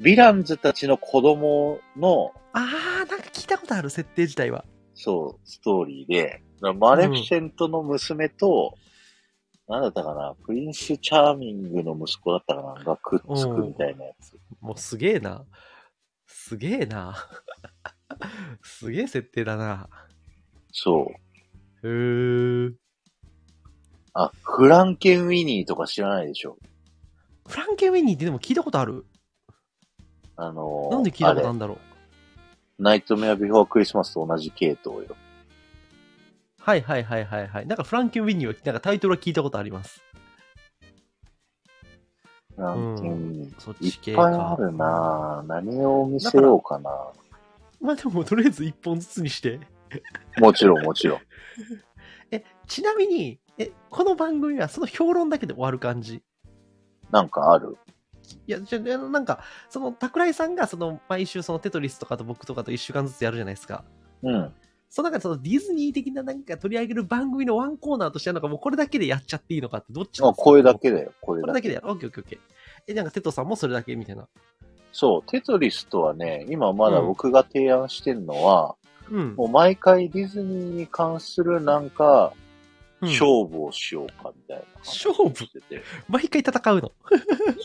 S1: ヴィランズたちの子供の、
S2: あーなんか聞いたことある設定自体は
S1: そう、ストーリーで、マレフィセントの娘と、なんだったかな、プリンス・チャーミングの息子だったかな、がくっつくみたいなやつ。
S2: もうすげえなすげえな すげえ設定だな
S1: そう。
S2: へえ
S1: あ、フランケン・ウィニーとか知らないでしょ。
S2: フランケン・ウィニーってでも聞いたことある
S1: あの
S2: なんで聞いたことあ
S1: あ
S2: る
S1: れ
S2: んだろう
S1: ナイトメア・ビフォー・クリスマスと同じ系統よ。
S2: はいはいはいはいはい。なんかフランケン・ウィニーは、なんかタイトルは聞いたことあります。
S1: フランケン・ウィニー。
S2: そっ
S1: い
S2: ち系
S1: っ
S2: か。
S1: ぱいあるなぁ。何を見せようかな
S2: まあでもとりあえず一本ずつにして。
S1: もちろん、もちろん。
S2: え、ちなみに、え、この番組はその評論だけで終わる感じ。
S1: なんかある。
S2: いや、じゃあ、あのなんか、その、桜井さんが、その、毎週、その、テトリスとかと僕とかと一週間ずつやるじゃないですか。
S1: うん。
S2: その中で、その、ディズニー的ななんか取り上げる番組のワンコーナーとしてやるのか、もうこれだけでやっちゃっていいのかって、どっちなん
S1: あ、
S2: ですか
S1: これだけだよ、これ
S2: こ
S1: だ
S2: れ
S1: け。
S2: だけでやる。オッケーオッケーオッケー。え、なんか、テトさんもそれだけみたいな。
S1: そう、テトリスとはね、今まだ僕が提案してんのは、
S2: うん。
S1: もう毎回ディズニーに関するなんか、
S2: うん
S1: 勝負をしようかみたいな。
S2: 勝負
S1: してて
S2: 毎回戦うの。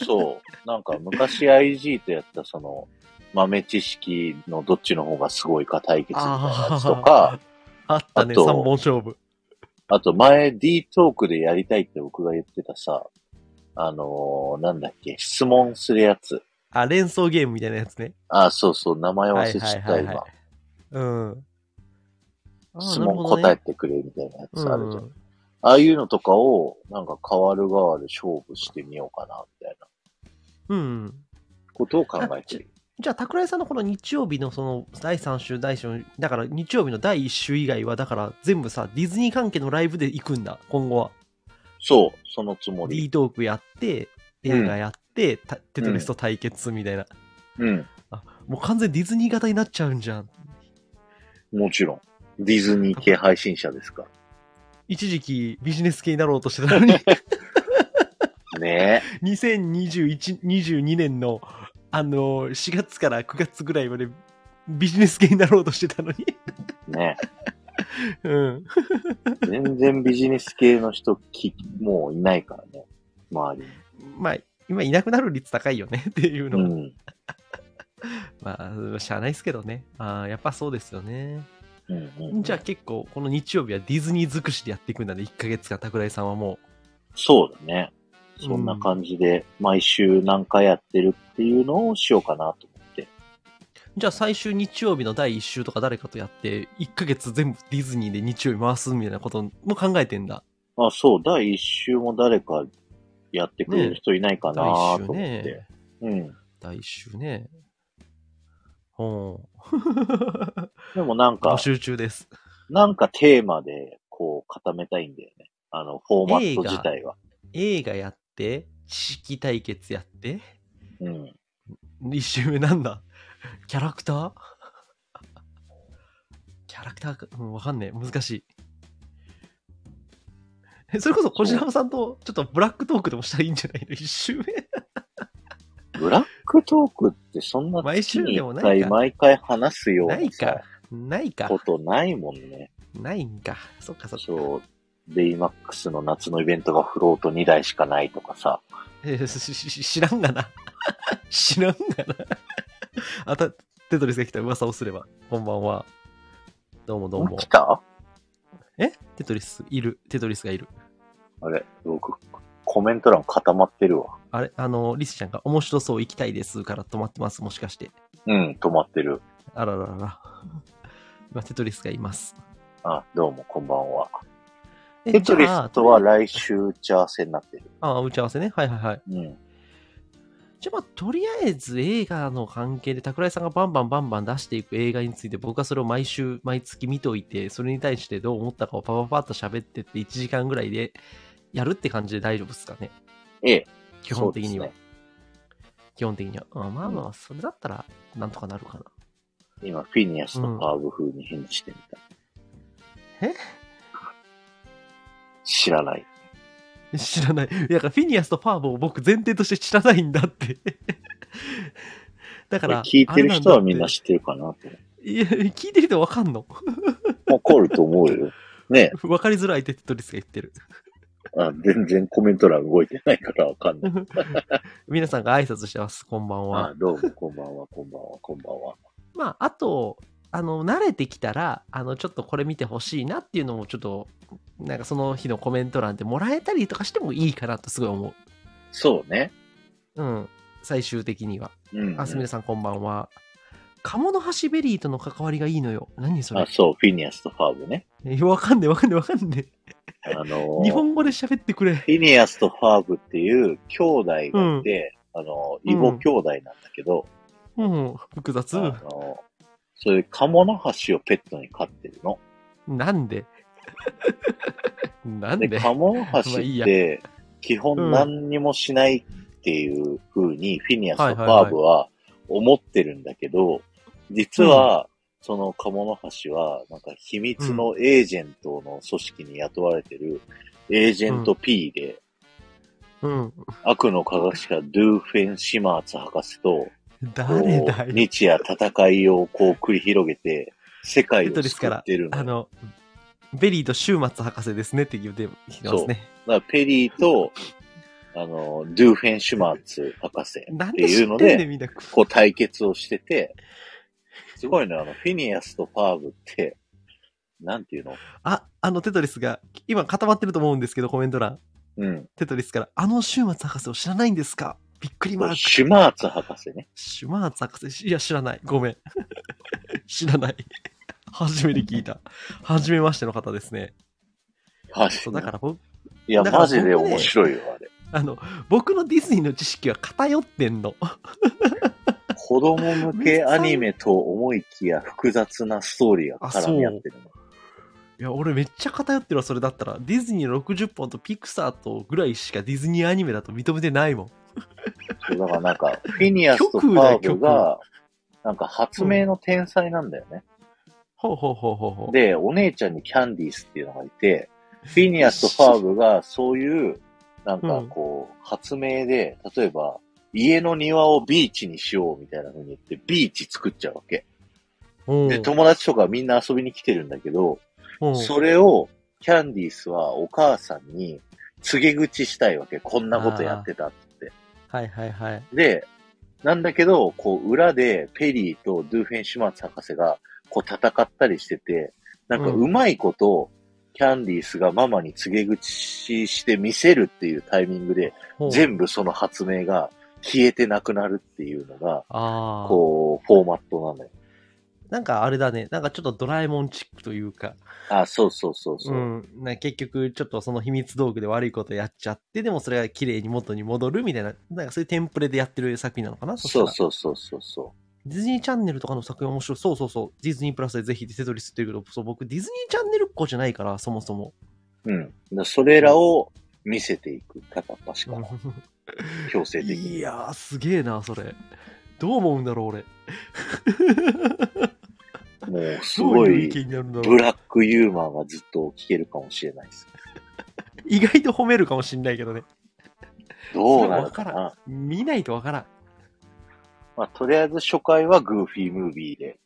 S1: そう。なんか昔 IG とやったその、豆知識のどっちの方がすごいか対決みたいなやつとか、
S2: あったね、
S1: あと
S2: 三本勝負。
S1: あと前 D トークでやりたいって僕が言ってたさ、あのーなんだっけ、質問するやつ。
S2: あ、連想ゲームみたいなやつね。
S1: あ、そうそう、名前忘
S2: は
S1: れ
S2: い
S1: ちゃ
S2: は
S1: っ
S2: い
S1: た
S2: はい
S1: 今
S2: は。い。うん。あー
S1: 質
S2: なる
S1: 問
S2: ほどね
S1: 答えてくれみたいなやつあるじゃん。
S2: うん
S1: ああいうのとかを、なんか変わる変わる勝負してみようかな、みたいな
S2: うん。
S1: ことを考えてる。
S2: じゃあ、桜井さんのこの日曜日のその第3週、第4週、だから日曜日の第1週以外は、だから全部さ、ディズニー関係のライブで行くんだ、今後は。
S1: そう、そのつもり。
S2: D トークやって、映画やって、たテトリスと対決みたいな。
S1: うん、
S2: もう完全ディズニー型になっちゃうんじゃん。
S1: もちろん。ディズニー系配信者ですか
S2: 一時期ビジネス系になろうとしてたのに、
S1: ら。ね
S2: 2021、22年の、あの、4月から9月ぐらいまでビジネス系になろうとしてたのに。
S1: え、ね
S2: うん。
S1: え。全然ビジネス系の人き、もういないからね。周り
S2: まあ、今いなくなる率高いよね っていうの
S1: に。
S2: が
S1: うん。
S2: まあ、しゃあないですけどね。ああ、やっぱそうですよね。
S1: うんうんうん
S2: じゃあ結構、この日曜日はディズニー尽くしでやっていくんだね。1ヶ月間、桜井さんはも
S1: そうだね。そんな感じで、毎週何回やってるっていうのをしようかなと思って。
S2: う。じゃあ最終日曜日の第1週とか誰かとやって、1ヶ月全部ディズニーで日曜日回すみたいなことも考えてんだ。
S1: あ、そう、第一週も誰かやってくれる人いないかな
S2: 第1
S1: と
S2: 週
S1: 思って。
S2: ね。
S1: うん。
S2: 第1週ね。ほ う。
S1: でもなん
S2: 募
S1: か、
S2: 集中です。
S1: なんかテーマで、こう、固めたいんだよね。あの、フォーマット自体は。
S2: 映画やって、知識対決やって、
S1: うん。
S2: 1周目なんだキャラクターキャラクターか、うん、わかんねえ。難しい。えそれこそ、小島さんと、ちょっとブラックトークでもしたらいいんじゃないの ?1 周目
S1: ブラックトークってそんな
S2: 毎週
S1: に
S2: でも
S1: 一
S2: ないか
S1: 回毎回話すよう
S2: ない
S1: な
S2: か
S1: さ。
S2: ないか
S1: こ。とないもんね。
S2: ないんか。そっかそっか。
S1: そう。ベイマックスの夏のイベントがフロート2台しかないとかさ。
S2: えーししし知らんがな。 知らんがな。あた、テトリスが来た噂をすれば。こんばんは。どうもどうも
S1: 来。た
S2: えテトリスいる。テトリスがいる。
S1: あれ、僕、コメント欄固まってるわ。
S2: あれあの、リスちゃんが面白そう行きたいですから止まってます。もしかして。
S1: うん、止まってる。
S2: あらららら。今、テトリスがいます。
S1: あ、どうも、こんばんは。
S2: え
S1: テトリ
S2: じゃあ
S1: スとは来週打ち合わせになってる。
S2: ああ、打ち合わせね。はいはいはい。
S1: うん。
S2: じゃあまあ、とりあえず映画の関係で、桜井さんがバンバンバンバン出していく映画について、僕はそれを毎週、毎月見といて、それに対してどう思ったかをパパパッと喋ってって、1時間ぐらいでやるって感じで大丈夫ですかね。
S1: ええ、
S2: 基本的には。
S1: そうで
S2: 基本的には。あまあまあ、それだったら、なんとかなるかな。
S1: 今、フィニアスのカーブ風に返事してみた。
S2: うんえ
S1: 知らない。
S2: 知らない。いや、だからフィニアスとファーボを僕前提として知らないんだって。 だから、
S1: 聞いてる人はみんな
S2: あ
S1: 知ってるかなって。
S2: れなんだっていや、聞いてる人わかんの
S1: わかると思うよ。 ね
S2: わかりづらいテトリスが言ってる。
S1: あ全然コメント欄動いてないからわかんない。
S2: 皆さんが挨拶してます。こんばんは。
S1: あ、どうも、こんばんは、こんばんは、こんばんは。
S2: まあ、あと、あの、慣れてきたら、あの、ちょっとこれ見てほしいなっていうのも、ちょっと、なんかその日のコメント欄でもらえたりとかしてもいいかなとすごい思
S1: そうね。
S2: う。うん。最終的には。
S1: うん、うん。
S2: あ、すみれさんこんばんは。カモノハシベリーとの関わりがいいのよ。何それ
S1: あ、。そう、フィニアスとファーブね。
S2: えわかんねえわかんねえわかんね
S1: あの
S2: え。
S1: ー
S2: 日本語で喋ってくれ。
S1: フィニアスとファーブっていう兄弟がいて、あの、イボ兄弟なんだけど、
S2: うん、複雑
S1: あ。の、そういうカモノハシをペットに飼ってるの。
S2: なんでなん
S1: で、
S2: で
S1: カモノハシ
S2: まあいい
S1: っ
S2: や
S1: て、基
S2: うん
S1: 本何にもしないっていう風に、フィニアスとファーブは思ってるんだけど、実は、そのカモノハシは、なんか秘密のエージェントの組織に雇われてる、エージェント P で、
S2: うん。
S1: 悪の科学者ドゥーフェン・シマーツ博士と、
S2: 誰だ
S1: こう
S2: よ。
S1: 日夜戦いをこう繰り広げて、世界
S2: テト
S1: を
S2: リス
S1: 救
S2: か
S1: っ
S2: ら
S1: てる、の。
S2: あの、ベリーと週末博士ですねって言うてきますね。
S1: だからペリーと、あの、ドゥーフェンシュマーツ博士
S2: な
S1: っ
S2: ん
S1: て
S2: で
S1: い
S2: 知
S1: うの
S2: ってんね
S1: で、
S2: ん、みんな。
S1: こう対決をしてて、すごいね、あの、フィニアスとパーブって、なんていうの
S2: あ、あのテトリスが、今固まってると思うんですけど、コメント欄。
S1: うん。
S2: テトリスから、あの週末博士を知らないんですかびっくりマーク。
S1: シュマーツ博士ね。
S2: シュマーツ博士、いや、知らない。ごめん。 知らない。初めて聞いた。初めましての方ですね。
S1: はい。
S2: そう、だから僕、
S1: いや、
S2: だから
S1: マジで
S2: 僕ね
S1: 面白いよ、あれ。
S2: あの、僕のディズニーの知識は偏ってんの。
S1: 子供向けアニメと思いきや複雑なストーリーが絡み合ってる の。
S2: いや、俺めっちゃ偏ってるわ、それだったら。ディズニーの60本とピクサーとぐらいしかディズニーアニメだと認めてないもん。
S1: そうだからなんか、フィニアスとパ
S2: 極だ
S1: ーブが、なんか発明の天才なんだよね。
S2: ほうほうほうほうほう。
S1: で、お姉ちゃんにキャンディースっていうのがいて、フィニアスとファーブがそういう、なんかこう、発明で、例えば、家の庭をビーチにしようみたいな風に言って、ビーチ作っちゃうわけ。
S2: うん、
S1: で、友達とかみんな遊びに来てるんだけど、
S2: うん
S1: それを、キャンディースはお母さんに告げ口したいわけ。こんなことやってたって。
S2: はいはいはい。
S1: で、なんだけど、こう、裏でペリーとドゥーフェンシュマーツ博士が、こう、戦ったりしてて、なんか、
S2: うん
S1: うまいこと、キャンディースがママに告げ口して見せるっていうタイミングで、
S2: ほう
S1: 全部その発明が消えてなくなるっていうのが、
S2: ああ。
S1: こう、フォーマットなのよ。
S2: なんかあれだね。なんかちょっとドラえもんチックというか。
S1: あ、そうそうそうそうう。
S2: ん。なんか結局、ちょっとその秘密道具で悪いことやっちゃって、でもそれが綺麗に元に戻るみたいな、なんかそういうテンプレでやってる作品なのかなした
S1: そ
S2: ら
S1: うそうそうそうそ
S2: ディズニーチャンネルとかの作品面白い。そうそうそう。ディズニープラスでぜひテトリスって言うけど、そう僕ディズニーチャンネルっ子じゃないから、そもそも。
S1: う。うん。だからそれらを見せていく、片っ端から、強制的に。
S2: いやー、すげえな、それ。どう思うんだろう、俺。
S1: もう、す
S2: ど
S1: ご
S2: ういう意
S1: い、
S2: 見になるんだろ
S1: ブ
S2: う。
S1: ラックユーマーがずっと聞けるかもしれないです。
S2: 意外と褒めるかもしんないけどね。
S1: どうなのか
S2: それ
S1: な
S2: 見ないとわからん。
S1: まあ、とりあえず初回はグーフィームービーで、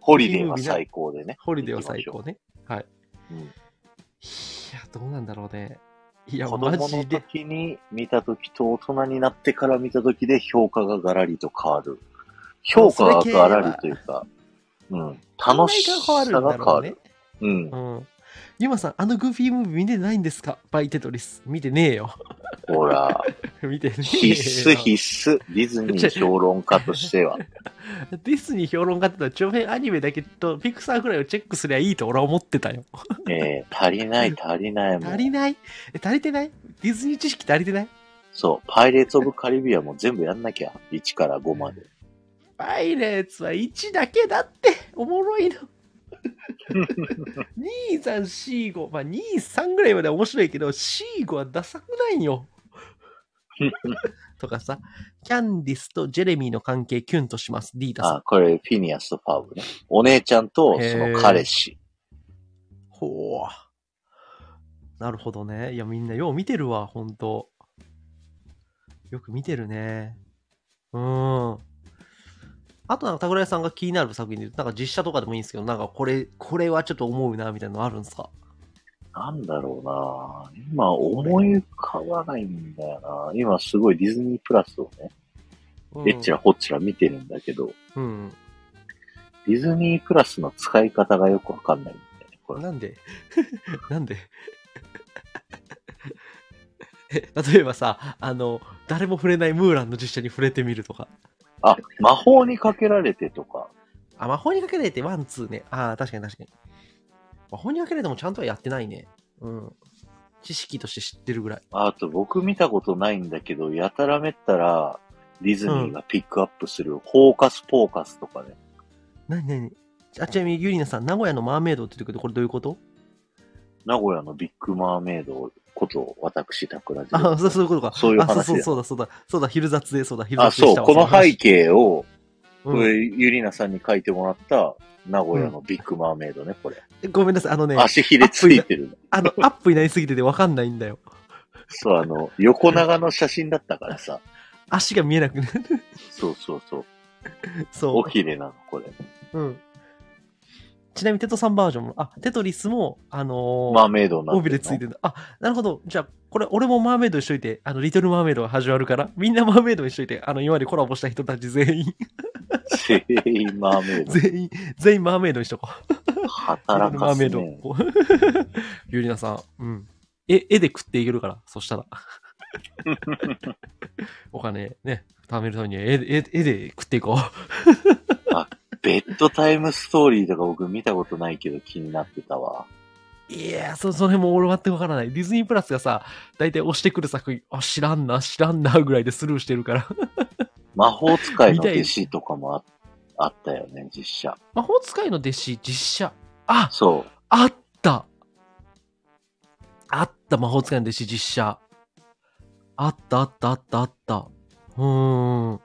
S1: ホリデーは最高でね。
S2: ホリデーは最高ね。はい。
S1: うん
S2: いや、どうなんだろうね。いや、
S1: 子
S2: マ
S1: 供の
S2: ジで。
S1: 時に見た時と大人になってから見た時で評価がガラリと変わる。評価がガラリというか、うん。楽しさが変わる。
S2: ね。
S1: うん
S2: う。ん。ユマさん、あのグーフィームービー見てないんですかバイテトリス。見てねえよ。
S1: ほら、
S2: 見てねえよ。
S1: 必須必須。ディズニー評論家として は。
S2: ディズニー評論家ってのは長編アニメだけとピクサーぐらいをチェックすりゃいいと俺は思ってたよ。
S1: えー、足りない足りないも
S2: 足
S1: ん。
S2: りないえ足りてないディズニー知識足りてない
S1: そう。パイレーツ・オブ・カリビアンも全部やんなきゃ。1から5まで。
S2: パイレーツは1だけだっておもろいの。2345まあ23ぐらいまでは面白いけど45はダサくないよ。とかさキャンディスとジェレミーの関係キュンとしますリーダさん。
S1: あ、これ、フィニアスとファーブね。お姉ちゃんと、その彼氏。
S2: ほう。なるほどね。いやみんなよう見てるわほんと。よく見てるね。うーん。あとなんか、桜井さんが気になる作品で、なんか実写とかでもいいんですけど、なんかこれ、これはちょっと思うな、みたいなのあるんですか
S1: なんだろうな今、思い浮かばないんだよな今、すごいディズニープラスをね、えっちらほっちら見てるんだけど、
S2: うん。
S1: ディズニープラスの使い方がよくわかんないんだよね、これ。
S2: なんでなんで え例えばさ、あの、誰も触れないムーランの実写に触れてみるとか。
S1: あ、魔法にかけられてとか。
S2: あ、魔法にかけられてワン、ツーね。ああ、確かに確かに。魔法にかけられてもちゃんとはやってないね。うん。知識として知ってるぐらい。
S1: あと、僕見たことないんだけど、やたらめったら、ディズニーがピックアップする、フォーカスポーカスとかね。
S2: なになにあ、ちなみにゆりなさん、名古屋のマーメイドって言ってるけど、これどういうこと
S1: 名古屋のビッグマーメイドこと、私、桜地。
S2: あそう、そういうことか。
S1: そういう話
S2: あ、そう
S1: だ
S2: そうそうだ、そうだ、そうだ、昼雑で、そうだ、昼
S1: あ、
S2: 雑で
S1: そう、この背
S2: 背
S1: 景を、こ
S2: うん
S1: れゆりなさんに書いてもらった、名古屋のビッグマーメイドね、これ。
S2: えごめんなさい、あのね、
S1: 足ひれついてるの。
S2: あの、アップになりすぎててわかんないんだよ。
S1: そう、あの、横長の写真だったからさ。
S2: 足が見えなくなる。
S1: そうそうそう。
S2: そ
S1: おひれなの、これ。
S2: う。うん。ちなみにテトさんバージョンも、あ、テトリスも、あのー
S1: マーメイドにな
S2: 尾びれついて
S1: る。
S2: るのあ、なるほど。じゃあ、これ、俺もマーメイドにしといて、あの、リトルマーメイドが始まるから、みんなマーメイドにしといて、あの、今までコラボした人たち全員、
S1: 全員マーメイド。
S2: 全員、全員マーメイドにしとこう。リト
S1: 働
S2: ルマ
S1: か
S2: ーメ
S1: す
S2: イド
S1: ね。。
S2: ゆりなさん、うん。絵、絵で食っていけるから、そしたら。お金ね、貯めるために絵で、絵で絵で食っていこう。
S1: ベッドタイムストーリーとか僕見たことないけど気になってたわ。
S2: いやー、そ、その辺も俺全くわからない。ディズニープラスがさ、大体押してくる作品、あ、知らんな、知らんな、ぐらいでスルーしてるから。
S1: 魔法使いの
S2: 見たい
S1: 弟子とかもああったよね、実写。
S2: 魔法使いの弟子、実写。あ、
S1: そう。
S2: あったあった、魔法使いの弟子、実写。あった、あった、あった、あった。うーん。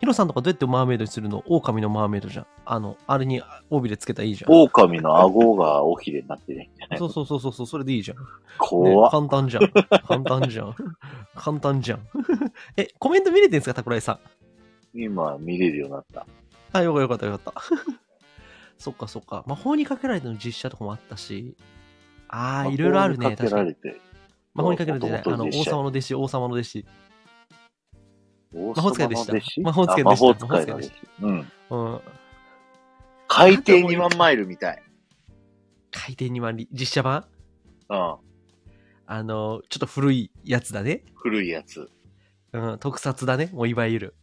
S2: ヒロさんとかどうやってマーメイドにするの狼のマーメイドじゃん。あの、あれに尾びれつけたらいいじゃん。
S1: 狼の顎が尾ひれになってるんじゃない
S2: そうそうそうそうそう、それでいいじゃん。ね
S1: 怖っ、
S2: 簡単じゃん。簡単じゃん。簡単じゃん。え、コメント見れてんすか、桜井さん。
S1: 今見れるようになった。
S2: あ、よかったよかったよかった。そっかそっか。魔法にかけられての実写とかもあったし。ああ、いろいろあるね。
S1: 魔法にか
S2: 確
S1: け
S2: からに。
S1: れて。
S2: 魔法にかけられてない。
S1: 元
S2: あ
S1: 々
S2: の、
S1: 実
S2: 王
S1: 写
S2: 様の弟子、王様の弟子。
S1: 王
S2: 魔法使
S1: 様
S2: いで
S1: の
S2: した
S1: 弟子
S2: 魔法使いでした
S1: あ魔法使いの弟
S2: 魔法使いで
S1: 子
S2: し。
S1: うん。
S2: うん。
S1: 海底2万マイルみたい。
S2: 回転2万里、実写版
S1: うん。
S2: あの、ちょっと古いやつだね。
S1: 古いやつ。
S2: うん、特撮だね。もういわゆる。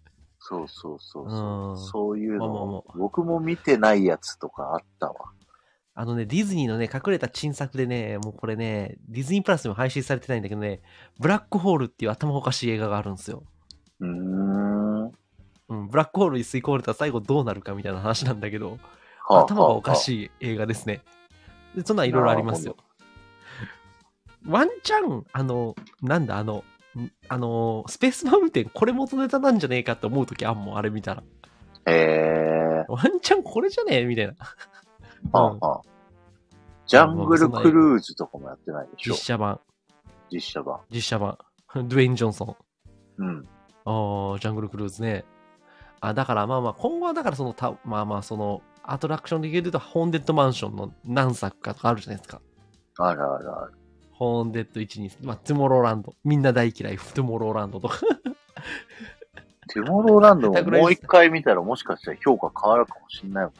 S1: そうそうそう
S2: う
S1: そ
S2: ん
S1: う。そういう
S2: まあまあま
S1: の
S2: あ、
S1: 僕も見てないやつとかあったわ。
S2: あのね、ディズニーのね、隠れた珍作でね、もうこれね、ディズニープラスでも配信されてないんだけどね、ブラックホールっていう頭おかしい映画があるんですよ。
S1: うーん。は
S2: うん、ブラックホールに吸い込まれたら最後どうなるかみたいな話なんだけど、
S1: あ
S2: 頭がおか
S1: は
S2: しい映画ですね。でそんなんいろいろありますよ。ワンチャン、あの、なんだ、あの、んあのー、スペースマウンテン、これ元ネタなんじゃねえかって思うときあんもん、あれ見たら。
S1: あへえ。
S2: ワンチャンこれじゃねえみたいな。
S1: はあはあジャングルクルーズとかもやってないでしょ
S2: 実写版、
S1: 実写版。
S2: 実写版。ドゥエイン・ジョンソン。
S1: うん。
S2: あージャングルクルーズね。あ、だからまあまあ、今後はだからその、たまあまあ、その、アトラクションで言うと、ホーンデッドマンションの何作かとかあるじゃないですか。
S1: あるあるある。
S2: ホーンデッド1、2、まあ、トゥモローランド。みんな大嫌い、トゥモローランドとか。
S1: テモローランドももう一回見たらもしかしたら評価変わるかもしんないもん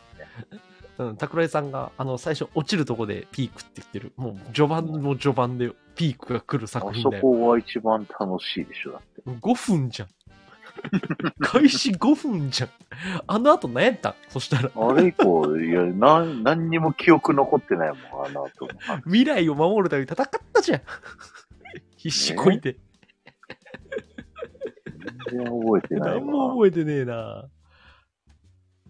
S1: ね。
S2: うん、桜井さんが、あの、最初落ちるとこでピークって言ってる。もう、序盤の序盤でピークが来る
S1: あ
S2: 作品
S1: そ
S2: だよ。
S1: こが一番楽しいでしょ、だって。
S2: 5分じゃん。開始5分じゃん。あの後何やったんそしたら。
S1: あれ以降、いや、なん、 何にも記憶残ってないもん、あの後も。
S2: 未来を守るために戦ったじゃん。 必死こいて。
S1: 全然覚えてない
S2: 何も
S1: わ。
S2: 覚えてねえな。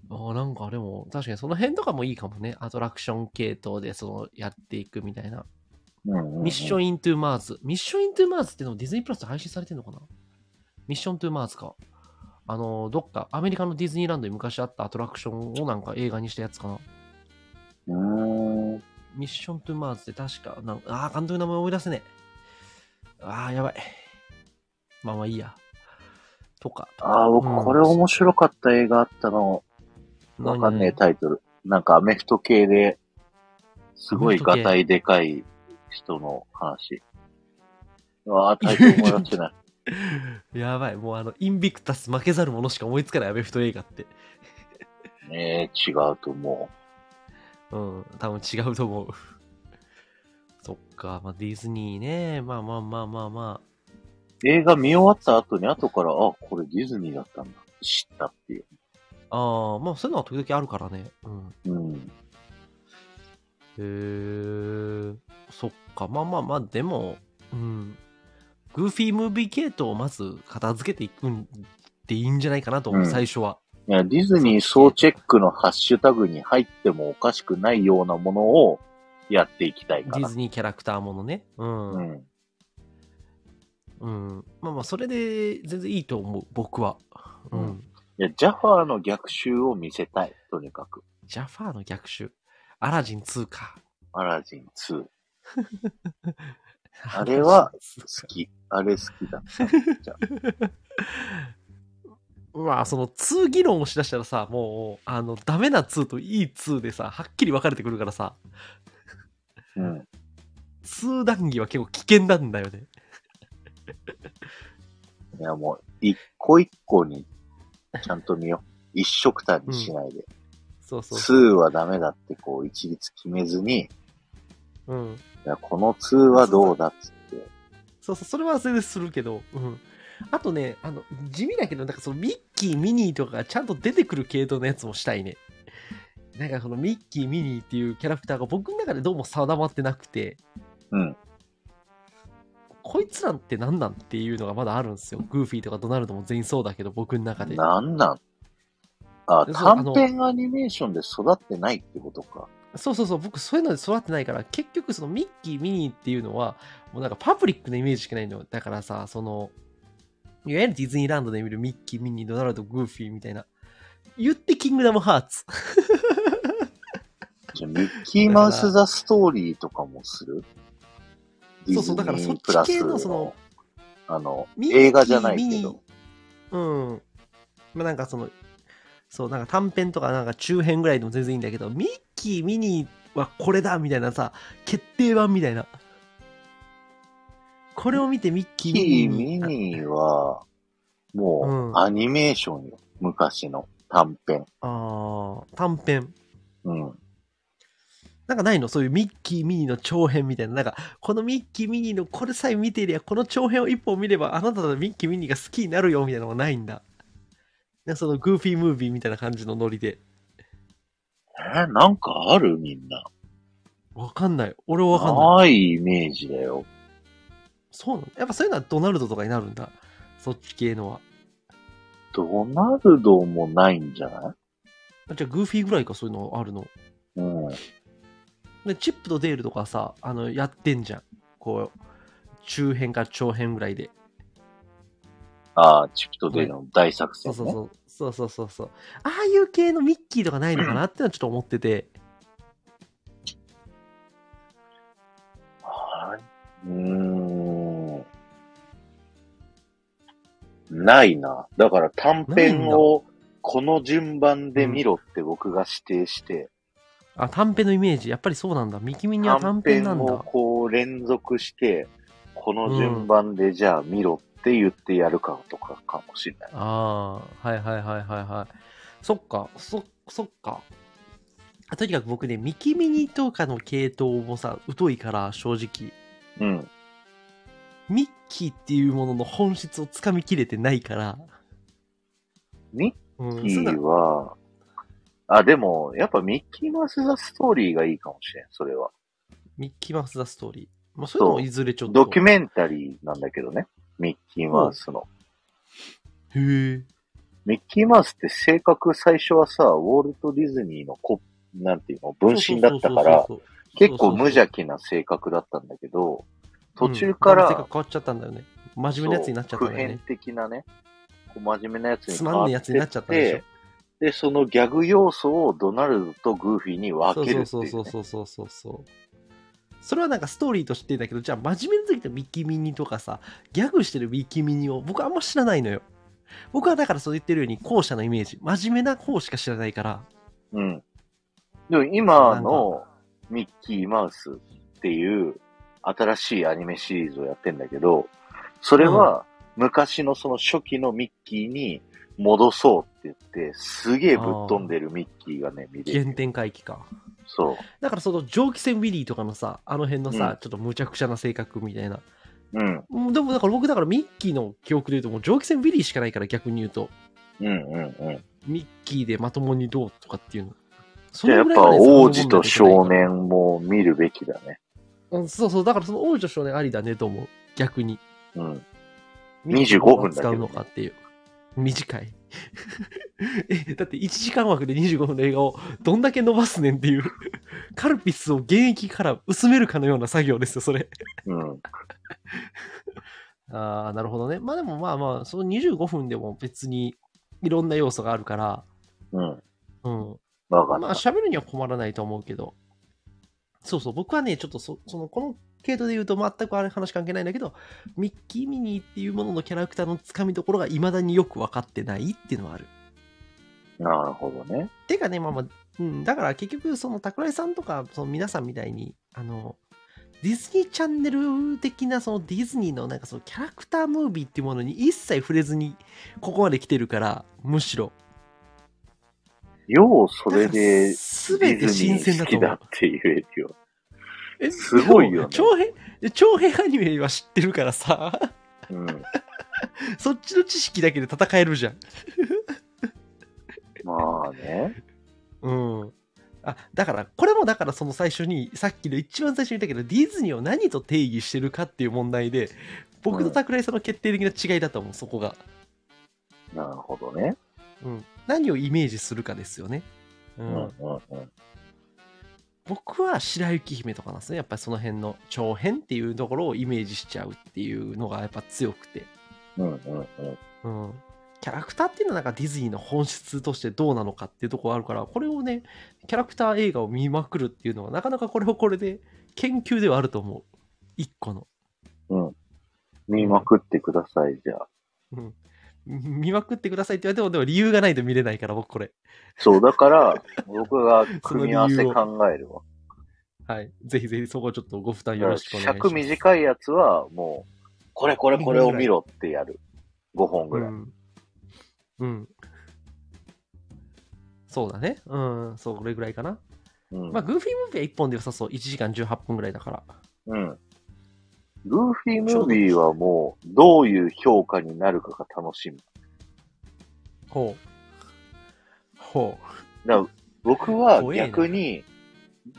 S2: ああなんかでも、確かにその辺とかもいいかもね。アトラクション系統でそのやっていくみたいな。ミッショ
S1: ン。
S2: ンイントゥーマーズ。ミッションイントゥーマーズっていうのもディズニープラスで配信されてんのかなミッショントゥーマーズか。あの、どっか、アメリカのディズニーランドに昔あったアトラクションをなんか映画にしたやつかな。
S1: うーん。
S2: ミッショントゥーマーズって確か、なんああ、監督の名前思い出せねえ。ああ、やばい。まあまあいいや。とか。
S1: ああ、
S2: うん
S1: 僕、これ面白かった映画あったの。わ
S2: 何
S1: かんねえタイトル。なんかアメフト系で、すごいガタイでかい人の話。ああ、タイトル思い出 せない。
S2: やばい。もうあの、インビクタス負けざる者しか思いつかないアメフト映画って。
S1: ねえ、違うと思
S2: うん、多分違うと思う。そっか、まあ、ディズニーね。まあまあまあまあまあ。
S1: う。映画見終わった後に、後から、あ、これディズニーだったんだ。知ったっていう。
S2: ああ、まあそういうのは時々あるからね。うん。
S1: うん。
S2: へえそっか、まあまあまあ、でも、うん。グーフィームービー系統をまず片付けていくんでいいんじゃないかなと思う、
S1: うん
S2: 最初は。
S1: いや、ディズニー総チェックのハッシュタグに入ってもおかしくないようなものをやっていきたい
S2: デ
S1: か
S2: ィ
S1: な
S2: ズ。ニーキャラクターものね。うん。
S1: う
S2: うん。
S1: ん。
S2: まあまあ、それで全然いいと思う、僕は。う
S1: うん
S2: ん
S1: いや、ジャファーの逆襲を見せたい。とにかく。
S2: ジャファーの逆襲。アラジン2か。
S1: アラジン2。好あれ は
S2: アラジン2か
S1: き。あれ好きだった。
S2: うわ、その2議論をしだしたらさ、もう、あの、ダメな2といい2でさ、はっきり分かれてくるからさ、
S1: うん。
S2: 2談義は結構危険なんだよね。
S1: いや、もう、一個一個に、ちゃんと見よう。一色単にしないで。
S2: そうそうそ。
S1: 2はダメだって、こう、一律決めずに、いう
S2: うん。
S1: や、この2はどうだっつって。
S2: そうそう、それは全然するけど、うん。あとね、あの、地味だけど、なんかそのミッキー、ミニーとかがちゃんと出てくる系統のやつもしたいね。なんかこのミッキー、ミニーっていうキャラクターが僕の中でどうも定まってなくて、
S1: うん。
S2: こいつらって何なんっていうのがまだあるんですよ。グーフィーとかドナルドも全員そうだけど、僕の中で。
S1: なんなんあ、
S2: そうあ
S1: 短
S2: の
S1: 編アニメーションで育ってないってことか。
S2: そうそうそう、僕そういうので育ってないから、結局そのミッキー、ミニーっていうのは、もうなんかパブリックなイメージしかないのよ。だからさ、その、いわゆるディズニーランドで見るミッキー、ミニー、ドナルド、グーフィーみたいな。言ってキングダムハーツ。
S1: じゃあ、ミッキーマウス・ザ・ストーリーとかもする
S2: そうそう、だからそっち系のその、、
S1: あの、
S2: ミッキー
S1: 映画じゃないけど。
S2: うん。まあなんかその、そう、なんか短編とかなんか中編ぐらいでも全然いいんだけど、ミッキー、ミニーはこれだみたいなさ、決定版みたいな。これを見てミッキ
S1: ミ
S2: ー、
S1: ッキー・ミ
S2: ニー。
S1: ニーは、も
S2: うん
S1: う、アニメーションよ。昔の短編。
S2: ああ、短編。
S1: うん。
S2: なんかないのそういうミッキー、ミニーの長編みたいな。なんか、このミッキー、ミニーのこれさえ見てりゃ、この長編を一本見れば、あなたのミッキー、ミニーが好きになるよ、みたいなのがないんだ。なんかそのグーフィームービーみたいな感じのノリで。
S1: えーなんかあるみんな。
S2: わかんない。俺はわかんない。
S1: ないイメージだよ。
S2: そうなのやっぱそういうのはドナルドとかになるんだ。そっち系のは。
S1: ドナルドもないんじゃない
S2: あじゃあグーフィーぐらいかそういうのあるの。
S1: うん。
S2: で、チップとデールとかさ、あの、やってんじゃん。こう、中編から長編ぐらいで。
S1: ああ、チップとデールの大作
S2: そ
S1: 戦
S2: う
S1: ね。
S2: そうそう。そうそうそうそう。ああいう系のミッキーとかないのかなってのはちょっと思ってて。
S1: はいうーん。ないな。だから短編をこの順番で見ろって僕が指定して、
S2: あ、短編のイメージ。やっぱりそうなんだ。ミキミニは
S1: 短
S2: 短編
S1: 編
S2: なん
S1: を
S2: だ。
S1: こう連続して、この順番でじゃあ見ろって言ってやるかとかかもしれない。
S2: ああ、はいはいはいはいはい。そっか、そ、そっか。あとにかく僕ね、ミキミニとかの系統もさ、疎いから、正直。
S1: うん。
S2: ミッキーっていうものの本質をつかみきれてないから。
S1: ミ
S2: うん、
S1: ッキ
S2: そうだ
S1: ーは、あ、でも、やっぱミッキーマウス・ザ・ストーリーがいいかもしれん、それは。
S2: ミッキーマウス・ザ・ストーリー。まあ、そういうのもいずれちょっと。
S1: ドキュメンタリーなんだけどね、ミッキーマウスの。
S2: へえ。
S1: ミッキーマウスって性格最初はさ、ウォルト・ディズニーのこ、なんていうの、分身だったから、
S2: そうそうそうそう、
S1: 結構無邪
S2: 気
S1: 気な性格だったんだけど、途中から、
S2: 変わっちゃったんだよね。真面目なやつになっちゃったん
S1: そう
S2: だよ
S1: 普
S2: ね
S1: 遍。的なね、こう真面目なやつに
S2: つ
S1: 変
S2: まん
S1: わ
S2: ね
S1: っ
S2: え
S1: てって
S2: やつになっちゃったでしょ。
S1: で、そのギャグ要素をドナルドとグーフィーに分けるっていう、ね。
S2: そうそうそうそうそうそうそれはなんかストーリーとしてだけどじゃあ真面目な時のミキミニとかさギャグしてるミキミニを僕あんま知らないのよ僕はだからそう言ってるように後者のイメージ真面目な方しか知らないから
S1: うん。でも今
S2: なん
S1: のミッキーマウスっていう新しいアニメシリーズをやってんだけど、それは昔のその初期のミッキーに戻そうって言って、すげえぶっ飛んでるミッキーがね、見れ
S2: 原
S1: る。
S2: 点回帰か
S1: そ
S2: だからその蒸気船ウィリーとかのさあの辺のさ、
S1: うん
S2: ちょっとむちゃくちゃな性格みたいな
S1: う。うん。
S2: うんでもだから僕だからミッキーの記憶で言うともう蒸気船ウィリーしかないから逆に言うと
S1: うんうんうん。
S2: ミッキーでまともにどうとかっていうのそ
S1: じゃあ
S2: の
S1: やっ
S2: ぐらい
S1: ぱ
S2: まで遡ん
S1: 王
S2: なきゃい
S1: 子
S2: けない
S1: と
S2: から
S1: 少年も見るべきだね。
S2: うん、そうそう、だからその王女少年ありだねと思う。逆に。
S1: うん。
S2: 25
S1: 25分だけどね
S2: 使うのかっていう。短い。 え、だって1時間枠で25分の映画をどんだけ伸ばすねんっていう。カルピスを現役から薄めるかのような作業ですよ、それ。
S1: うん。
S2: ああ、なるほどね。まあでもまあまあ、その25分でも別にいろんな要素があるから、
S1: うん。
S2: うん。
S1: わか
S2: まあ
S1: った。
S2: 喋るには困らないと思うけど。そうそう、僕はね、ちょっとそその、この系統で言うと全くあれ話関係ないんだけど、ミッキー・ミニーっていうもののキャラクターのつかみどころが未だによく分かってないっていうのはある。
S1: なるほどね。
S2: てかね、まあまあ、うん、だから結局、その桜井さんとか、その皆さんみたいに、あの、ディズニーチャンネル的なそのディズニーのなんかそのキャラクタームービーっていうものに一切触れずにここまで来てるからむしろ
S1: よう、それで、
S2: す
S1: デ
S2: べて
S1: ィズ
S2: 新
S1: ニ
S2: 鮮
S1: ー好
S2: だと
S1: き
S2: 思
S1: だ
S2: う
S1: って言えるよ。
S2: え
S1: すごいよね
S2: でも長編で長編アニメは知ってるからさ
S1: うん。
S2: そっちの知識だけで戦えるじゃん
S1: まあね。
S2: うん。あ、だから、これもだからその最初に、さっきの一番最初に言ったけど、ディズニーを何と定義してるかっていう問題で、僕と桜井さんの決定的な違いだと思う、そこが。
S1: なるほどね。
S2: うん。何をイメージするかですよね。う。
S1: うんんうんうん。
S2: 僕は白雪姫とかなんですね。やっぱりその辺の長編っていうところをイメージしちゃうっていうのがやっぱ強くて。
S1: うんうんうん。
S2: うん。キャラクターっていうのはなんかディズニーの本質としてどうなのかっていうところがあるから、これをね、キャラクター映画を見まくるっていうのは、なかなかこれをこれで研究ではあると思う。一個の。
S1: 見まくってください、じゃあ。
S2: うん。見まくってくださいって言われても、でも理由がないと見れないから、僕これ。
S1: そう、だ から、僕が組み合わせ考えるわ。
S2: はい。ぜひぜひそこはちょっとご負担よろしくお願いします。
S1: 尺短いやつは、もう、これこれこれを見ろってやる。5本ぐらい。
S2: うん。うん。そうだね。うん。そう、これぐらいかな。
S1: うん。
S2: まあ、グーフィームービーは1本で良さそう。1時間18分ぐらいだから。
S1: うん。ルーフィームービーはもう、どういう評価になるかが楽しみ。
S2: ほう。ほう。
S1: だから僕は逆に、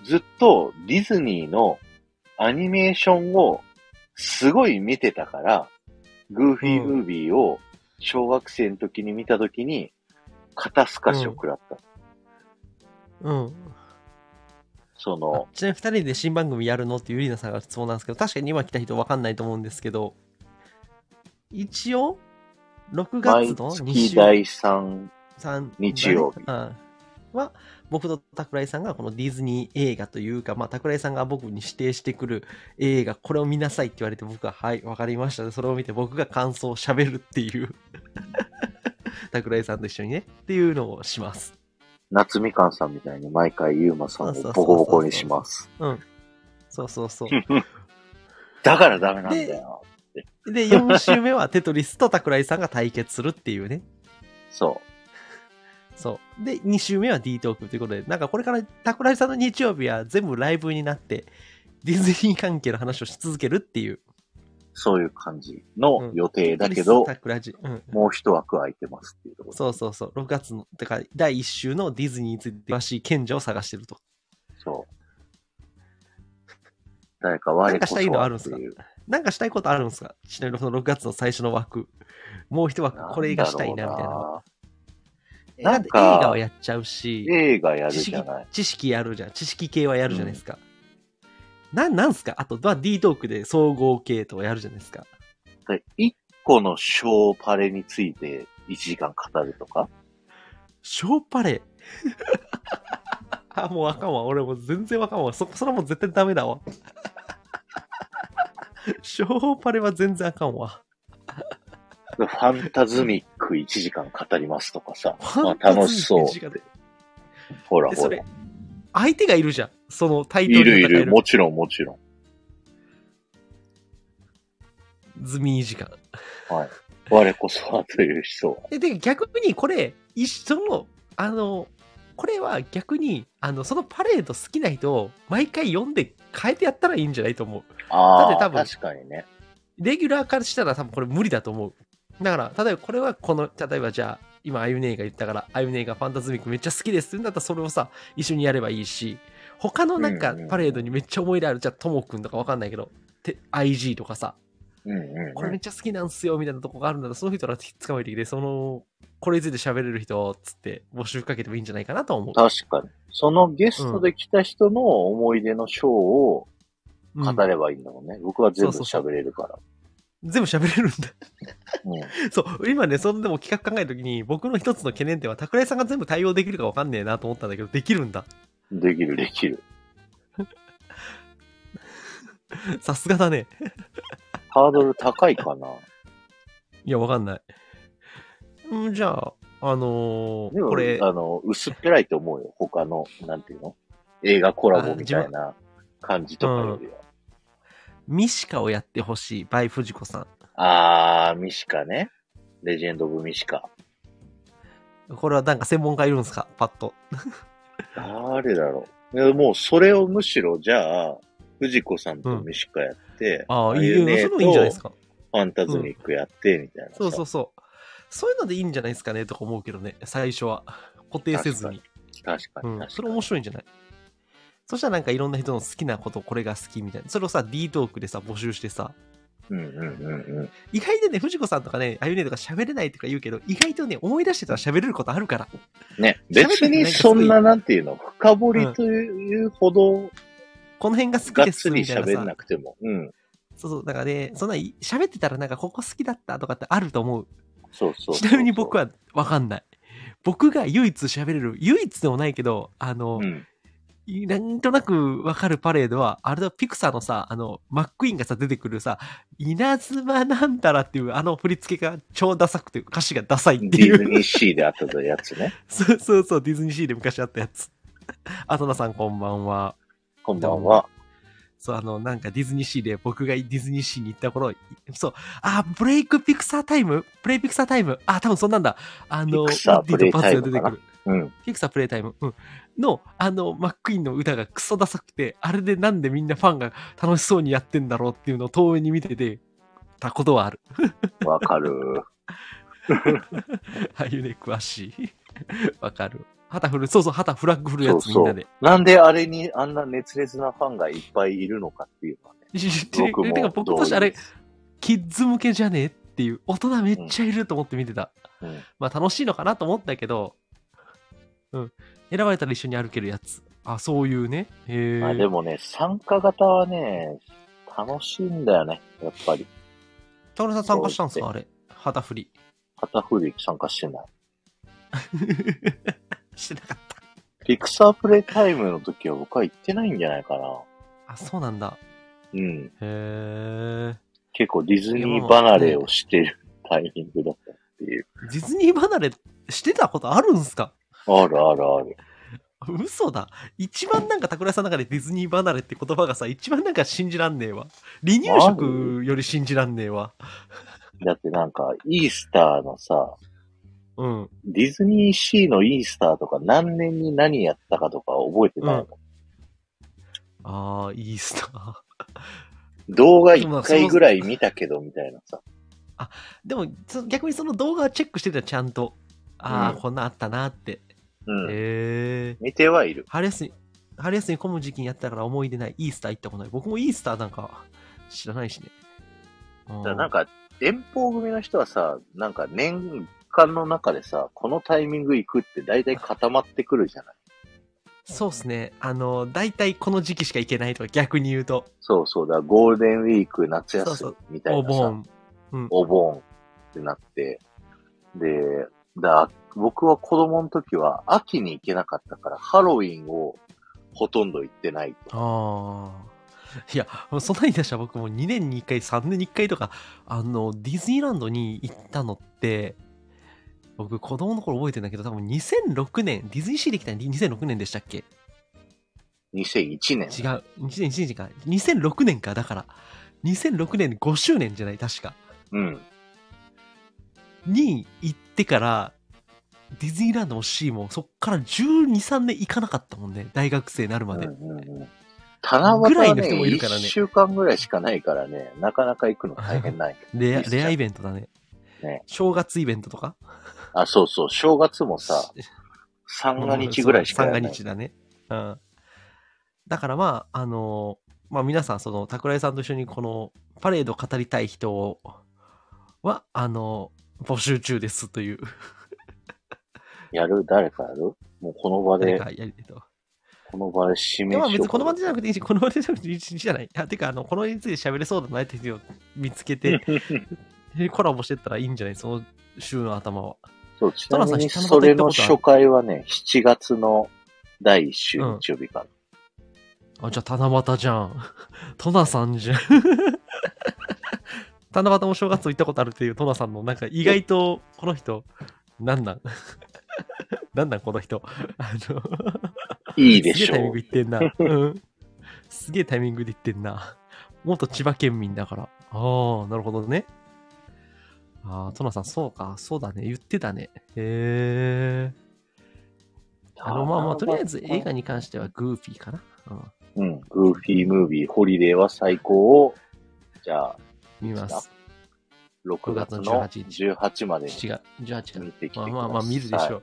S1: ずっとディズニーのアニメーションをすごい見てたから、グーフィームービーを小学生の時に見た時に、肩透かしを食らった。
S2: うん。
S1: その、
S2: ちなみに2人で新番組やるのってゆりなさんが質問なんですけど、確かに今来た人分かんないと思うんですけど、一応、6
S1: 毎
S2: 月の2
S1: 月
S2: 週
S1: 第3、
S2: 三
S1: 日曜日
S2: だねうんは、僕と桜井さんがこのディズニー映画というか、まあ、桜井さんが僕に指定してくる映画、これを見なさいって言われて、僕は、はい、わかりましたで、それを見て僕が感想を喋るっていう、 桜井さんと一緒にね、っていうのをします。
S1: 夏みかんさんみたいに毎回ゆうまさんをボコボコにします。
S2: うん。そうそうそう。
S1: だからダメなんだよ。
S2: で、4週目はテトリスと桜井さんが対決するっていうね。
S1: そ
S2: そう。で、2週目は D トークということで、なんかこれから桜井さんの日曜日は全部ライブになって、ディズニー関係の話をし続けるっていう。
S1: う。そういう感じの予定だけど、
S2: 桜地。うん。
S1: もう一枠空いてますっていうところ。
S2: そうそうそう。6月の、てか、第1週のディズニーについて詳しい賢者を探してると。
S1: そう。誰か我こそはって
S2: なんかしたいのあるんすか
S1: いう
S2: なんかしたいことあるんですかちなみにその6月の最初の枠。もう一枠、これがしたいな、みたいな。
S1: な
S2: だ
S1: ん
S2: っ
S1: か
S2: て映画はやっちゃうし。
S1: 映画やる
S2: 知
S1: じ
S2: 識
S1: ゃない。
S2: 知識やるじゃん。知識系はやるじゃないですか。なん、なんすかあと、まあ、D トークで総合系とかやるじゃないですか。
S1: で一個の小パレについて1時間語るとか
S2: ショー パレあ、もうあかんわ。俺もう全然わかんわ。そ、それはもう絶対ダメだわ。 ショーパレは全然あかんわ。
S1: ファンタズミック1時間語りますとかさ。
S2: ファ
S1: ま
S2: ン
S1: あ
S2: タズミック
S1: 楽しそう
S2: 1時間
S1: って。ほら
S2: で、
S1: ほ
S2: そ
S1: ら
S2: れ。、相手がいるじゃん。そのタイ
S1: い
S2: トル
S1: るい
S2: の中
S1: る。もちろんもちろん。
S2: ズミ2時間。
S1: 我こそはという人は。
S2: で、で、逆にこれ、一緒の、あの、これは逆に、あの、そのパレード好きな人を毎回読んで変えてやったらいいんじゃないと思う。
S1: ああ、
S2: だって多分
S1: 確かにね。
S2: レギュラーからしたら多分これ無理だと思う。だから、例えばこれはこの、例えばじゃあ、今、あゆねえが言ったから、あゆねえがファンタズミックめっちゃ好きですって言うんだったら、それをさ、一緒にやればいいし、他のなん
S1: うん
S2: か
S1: うんうん
S2: パレードにめっちゃ思い入れある、じゃあ、ともくんとかわかんないけど、て IG とかさ、
S1: うんうん、
S2: これめっちゃ好きなんすよみたいなとこがあるんだらその人ら捕まえてきてそのこれについて喋れる人っつって募集かけてもいいんじゃないかなとは思う、
S1: 確かに。そのゲストで来た人の思い出のショーを、
S2: うん
S1: 語ればいいんだもんね。僕は全部
S2: そうそう
S1: 喋れるから。
S2: 全部喋れるんだ
S1: うん
S2: そう今ねそのでも企画考えるときに僕の一つの懸念点は桜井さんが全部対応できるかわかんねえなと思ったんだけどできるんだ
S1: できる、できる。
S2: さすがだね。
S1: ハードル高いかな。
S2: いや、わかんない。うんじゃあ、あのー
S1: でも、
S2: これ、
S1: あの、薄っぺらいと思うよ。他の、なんていうの映画コラボみたいな感じとかよりは。
S2: ミシカをやってほしい、バイ・フジコさん。
S1: あー、ミシカね。レジェンド・オブ・ミシカ。
S2: これはなんか専門家いるんですかパッと。
S1: 誰だろう。いやもう、それをむしろ、じゃあ、藤子さんとミシカやって、
S2: ああ、いい
S1: ゆ
S2: よ。
S1: ね
S2: それもいいんじゃないですか。
S1: ファンタズミックやって、みたいなさ。
S2: そうそうそう。そういうのでいいんじゃないですかねとか思うけどね、最初は。固定せずに。
S1: 確か
S2: う
S1: に確
S2: ん
S1: かに。、
S2: それ面白いんじゃないそしたらなんかいろんな人の好きなこと、これが好きみたいな。それをさ、D トークでさ、募集してさ。
S1: うんうんうんうん。
S2: 意外とね、藤子さんとかね、あゆねとか喋れないとか言うけど、意外とね、思い出してたら喋れることあるから。
S1: ね、別にそんな、なんていうの、深掘りというほど、
S2: この辺が好き
S1: がっ
S2: です
S1: つ
S2: み
S1: り
S2: たいな
S1: 喋んな
S2: さ。
S1: くても。うん。
S2: そうそう、だからね、そんない喋ってたらなんかここ好きだったとかってあると思う。
S1: そうそうそう
S2: ちなみに僕
S1: は、
S2: はわかんない。僕が唯一喋れる、唯一でもないけど、あの、
S1: うん。
S2: なんとなくわかるパレードは、あれだ、ピクサーのさ、あの、マックイーンがさ、出てくるさ、稲妻なんたらっていう、あの振り付けが超ダサくて、歌詞がダサいって
S1: デ
S2: い
S1: ィズ
S2: う。
S1: ニーシーであったやつね。
S2: そうそうそう、ディズニーシーで昔あったやつ。あとなさんこんばんは。
S1: こんばんは。
S2: そう、あの、なんかディズニーシーで、僕がディズニーシーに行った頃、いそう、あ、ブレイクピクサータイムプレイピクサータイムあ、多分そんなんだ。あの、
S1: ピクサー
S2: ウッディとバズが
S1: プ
S2: 出
S1: レ
S2: て
S1: イタ
S2: く
S1: イム
S2: る。
S1: うん。
S2: ピクサープレイタイム、うん、の、あの、マックイーンの歌がクソダサくて、あれでなんでみんなファンが楽しそうにやってんだろうっていうのを遠目に見てて、たことはある。
S1: わかる。
S2: ああいうね、詳しい。わかる。旗振る。そうそう、旗フラッグ振るや
S1: そう
S2: つみん
S1: そ
S2: な
S1: う
S2: で。。
S1: なんであれにあんな熱烈なファンがいっぱいいるのかっていうのは ね。僕
S2: てか
S1: も
S2: 僕
S1: 同
S2: としてあ
S1: 意
S2: れ
S1: で、す。
S2: キッズ向けじゃねえっていう、大人めっちゃいると思って見てた。
S1: うん
S2: まあ楽しいのかなと思ったけど、うん。選ばれたら一緒に歩けるやつ。あ、そういうね。へえ。
S1: あでもね、参加型はね、楽しいんだよね、やっぱり。
S2: 田村さん参加したんですかあれ。旗振り。
S1: 片振り参加してない。
S2: してなかっ
S1: ピクサープレイタイムの時は僕は行ってないんじゃないかな。
S2: た。あ、そうなんだ。
S1: うん。
S2: へえ。
S1: 結構ディズニー離れをしてるタイミングだったっていう。
S2: ディズニー離れしてたことあるんすか
S1: あるあるある。
S2: 嘘だ。一番なんか、桜井さんの中でディズニー離れって言葉がさ、一番なんか信じらんねえわ。離乳食より信じらんねえわ。
S1: だってなんか、イースターのさ、
S2: うん。
S1: ディズニーシーのイースターとか何年に何やったかとか覚えてないの、
S2: ああ、いいっすな。
S1: 動画1回ぐらい見たけどみたいなさ。
S2: でも、そ逆にその動画はチェックしてた、ちゃんと。ああ、
S1: うん
S2: こんなんあったなって。
S1: うん。
S2: へえ。
S1: 見てはいる。
S2: 春休み、春休み混む時期にやったから思い出ない。イースター行ったことない。僕もイースターなんか知らないしね。うん
S1: だからなんか、遠方組の人はさ、なんか年間の中でさ、このタイミング行くって大体固まってくるじゃない
S2: そうっすね。あの、大体この時期しか行けないとか逆に言うと、
S1: そうそうだ、ゴールデンウィーク、夏
S2: そう
S1: 休
S2: そ
S1: み
S2: う
S1: みたい
S2: お
S1: なさ、
S2: 盆。
S1: お盆ってなって、で、だ僕は子供の時は秋に行けなかったから、ハロウィンをほとんど行ってないと。
S2: ああ。いや、もうそんなに出したら僕も2年に1回、3年に1回とか、あの、ディズニーランドに行ったのって、僕子供の頃覚えてんだけど、多分2006年、ディズニーシーできたの2006年でしたっけ
S1: 2001年。
S2: 違う。2001年か。2006年か。だから、2006年5周年じゃない確か。
S1: うん。
S2: に行ってから、ディズニーランドもシーも、そっから12、3年行かなかったもんね。大学生になるま
S1: うん
S2: で。
S1: うんうん七夕
S2: ぐらい
S1: は
S2: の
S1: ね、
S2: 人もいるからね
S1: 1週間ぐらいしかないからね、なかなか行くの大変ない。
S2: レア、
S1: いいっすね
S2: レアイベントだね。
S1: ね
S2: 正月イベントとか
S1: あ、そうそう、正月もさ、三が日ぐらいしかやら
S2: 三
S1: な
S2: が
S1: い。
S2: 日だね。うん。だからまあ、あのーまあ皆さん、その、桜井さんと一緒にこのパレードを語りたい人をは、あのー募集中ですという。
S1: やる誰かやるもうこの場
S2: 誰
S1: で、
S2: かやりたいと。
S1: この場で締
S2: い
S1: めし
S2: やま
S1: よ
S2: あ
S1: う
S2: 別にこの場
S1: か
S2: でじゃなくていいし、この場でじゃなくていいじゃない。いや、てか、あの、このについて喋れそうだなって人を見つけて、コラボしてったらいいんじゃないその週の頭は。
S1: そう、ち
S2: ト
S1: なみ
S2: ラさん
S1: に
S2: 下の
S1: それの
S2: 方行ったことある
S1: 初回はね、7月の第1週日曜日から。
S2: あ、じゃあ七夕じゃん。 トナさんじゃ ん。七夕も正月と行ったことあるっていうトナさんの、なんか意外とこの人、なんなん なんなんこの人。 あの、
S1: いいですし
S2: げえタイミ
S1: ょ
S2: ング
S1: う。
S2: で言ってんな。うん。すげえタイミングで言ってんな。元千葉県民だから。ああ、なるほどね。ああ、トナさん、そうか。そうだね。言ってたね。へえ。あの、まあまあ、とりあえず映画に関してはグーフィーかな。う
S1: う
S2: ん。
S1: ん。グーフィームービー、ホリデーは最高を、じゃあ、
S2: 見ます。
S1: 6月の
S2: 6月
S1: 18まで
S2: 7月、18日
S1: 見てきてくださ
S2: まあ
S1: い。
S2: まあまあ見るでしょ
S1: う。
S2: う。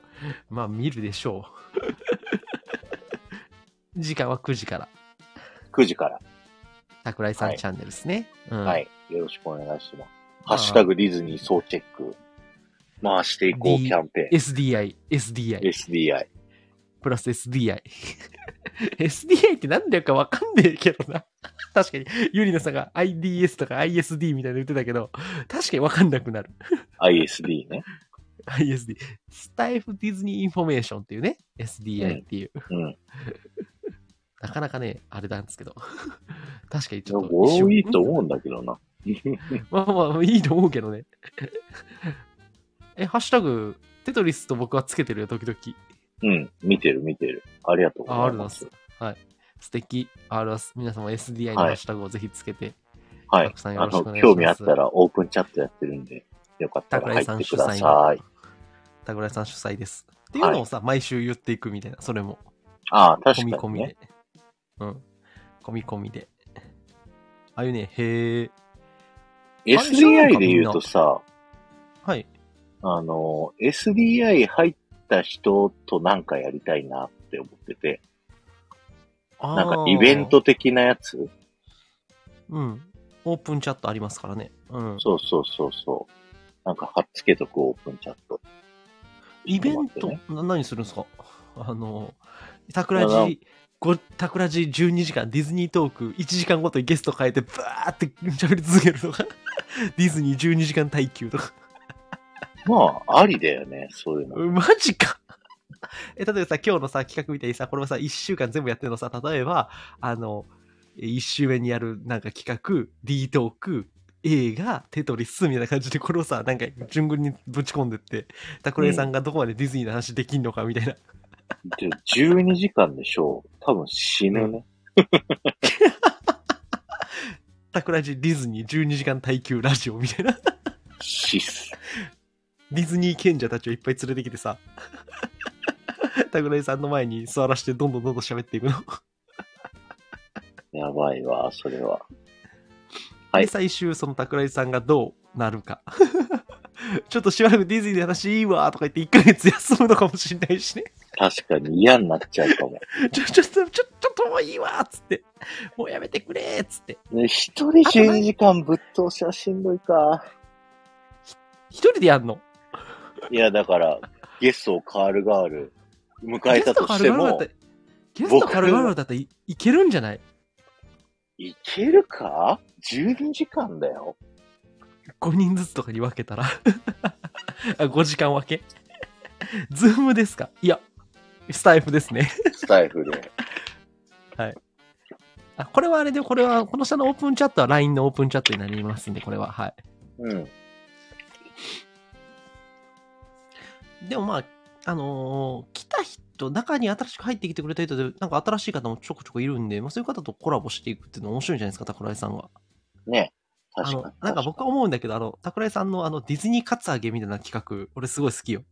S2: まあ見るでしょう。 時間は9時から。
S1: 9時から。
S2: 桜井さ
S1: は
S2: ん
S1: い
S2: チャンネルですね。うん
S1: はい。よろしくお願いします。ハッシュタグディズニー総チェック。回していこう
S2: D-
S1: キャンペーン。
S2: SDI、SDI、
S1: SDI。
S2: プラス SDI。SDI ってなんだよかわかんねえけどな。 確かに、ゆりなさんが IDS とか ISD みたいなの言ってたけど、確かにわかんなくなる。
S1: ISD ね。
S2: ISD。スタイフディズニーインフォメーションっていうね、SDI っていう。
S1: うん。
S2: なかなかね、あれなんですけど。 確かにちょっと一瞬。
S1: 俺もいいと思うんだけどな。
S2: まあまあ、いいと思うけどね。 え、ハッシュタグ、テトリスと僕はつけてるよ、時々。
S1: うん。見てる見てる。ありがとうござい
S2: あ、
S1: ます。
S2: あるなす。はい。素敵、あるなす。皆様 SDI の
S1: は
S2: ハ
S1: い
S2: ッシュタグをぜひつけて、
S1: はい
S2: たくさ。んよ
S1: あ
S2: ろしくお
S1: の、
S2: 願いします
S1: 興味あったらオープンチャットやってるんで、よかったら
S2: 桜
S1: 入
S2: 井さ
S1: っ
S2: ん
S1: て
S2: 主
S1: くだ
S2: 催
S1: さ
S2: の
S1: い。。
S2: 桜井さん主催です。っていうのをさ、毎週言っていくみたいな、それも。
S1: ああ、確
S2: 込み
S1: か
S2: 込
S1: に
S2: み
S1: ね。
S2: で。うん。込み込みで。ああいうね、へえ。み込みであれ知らない
S1: SDI
S2: か
S1: で
S2: みん
S1: 言
S2: な
S1: うとさ、
S2: はい。
S1: あの、SDI 入った人となんかやりたいなって思ってて、
S2: あ
S1: なん
S2: ー
S1: かイベント。的なやつ
S2: うん。オープンチャットありますからね。うん。
S1: そうそうそうそう。なんか貼っつけとくオープンチャット。
S2: イベン
S1: ちょっと
S2: ト
S1: 待ってね、
S2: な何するんですかあの、桜
S1: あの
S2: 地、ご桜地12時間、ディズニートーク、1時間ごとにゲスト変えて、ブワーって喋り続けるとか、 ディズニー12時間耐久とか、
S1: まあ、ありだよね、そういうの。
S2: うんマジかえ、例えばさ、今日のさ、企画みたいにさ、これもさ、1週間全部やってるのさ、例えば、あの、1週目にやるなんか企画、D トーク、映画、テトリスみたいな感じで、これをさ、なんか順繰りにぶち込んでって、桜井さんがどこまでディズニーの話できんのかみたいな。
S1: で12時間でしょう。多分死ぬね。
S2: タクラジディズニー12時間耐久ラジオみたいな。
S1: 死っす。
S2: ディズニー賢者たちをいっぱい連れてきてさ。 タクラジさんの前に座らせてどんどんどんどん喋っていくの。
S1: やばいわ、それは。はい
S2: で、最終そのタクラジさんがどうなるか。 ちょっとしばらくディズニーの話いいわとか言って1ヶ月休むのかもしれないしね。
S1: 確かに嫌になっちゃうかも。
S2: ちょ、ちょっと、ちょ、ちょっともういいわっつって。もうやめてくれっつって。
S1: ね一人12時間ぶっ通しはしんどいか。
S2: 一人でやんの。
S1: いや、だから、ゲストをカールガール迎えたとしても、
S2: ゲストカルガルだったら、ゲストカルガルだったらいいけるんじゃない
S1: いけるか ?12 時間だよ。
S2: 5人ずつとかに分けたら あ5時間分けズームですかいやスタイフですね
S1: スタイフ で。
S2: あこれはあれでこれはこの下のオープンチャットは LINE のオープンチャットになりますんでこれははい
S1: うん。
S2: でもまああのー来た人中に新しく入ってきてくれた人でなんか新しい方もちょくちょくいるんで、まあ、そういう方とコラボしていくっていうの面白いんじゃないですか桜井さんは
S1: ね。
S2: あ
S1: 確
S2: の
S1: かに。
S2: なんか僕は思うんだけどあの桜井さんのあのディズニーカツアゲみたいな企画俺すごい好きよ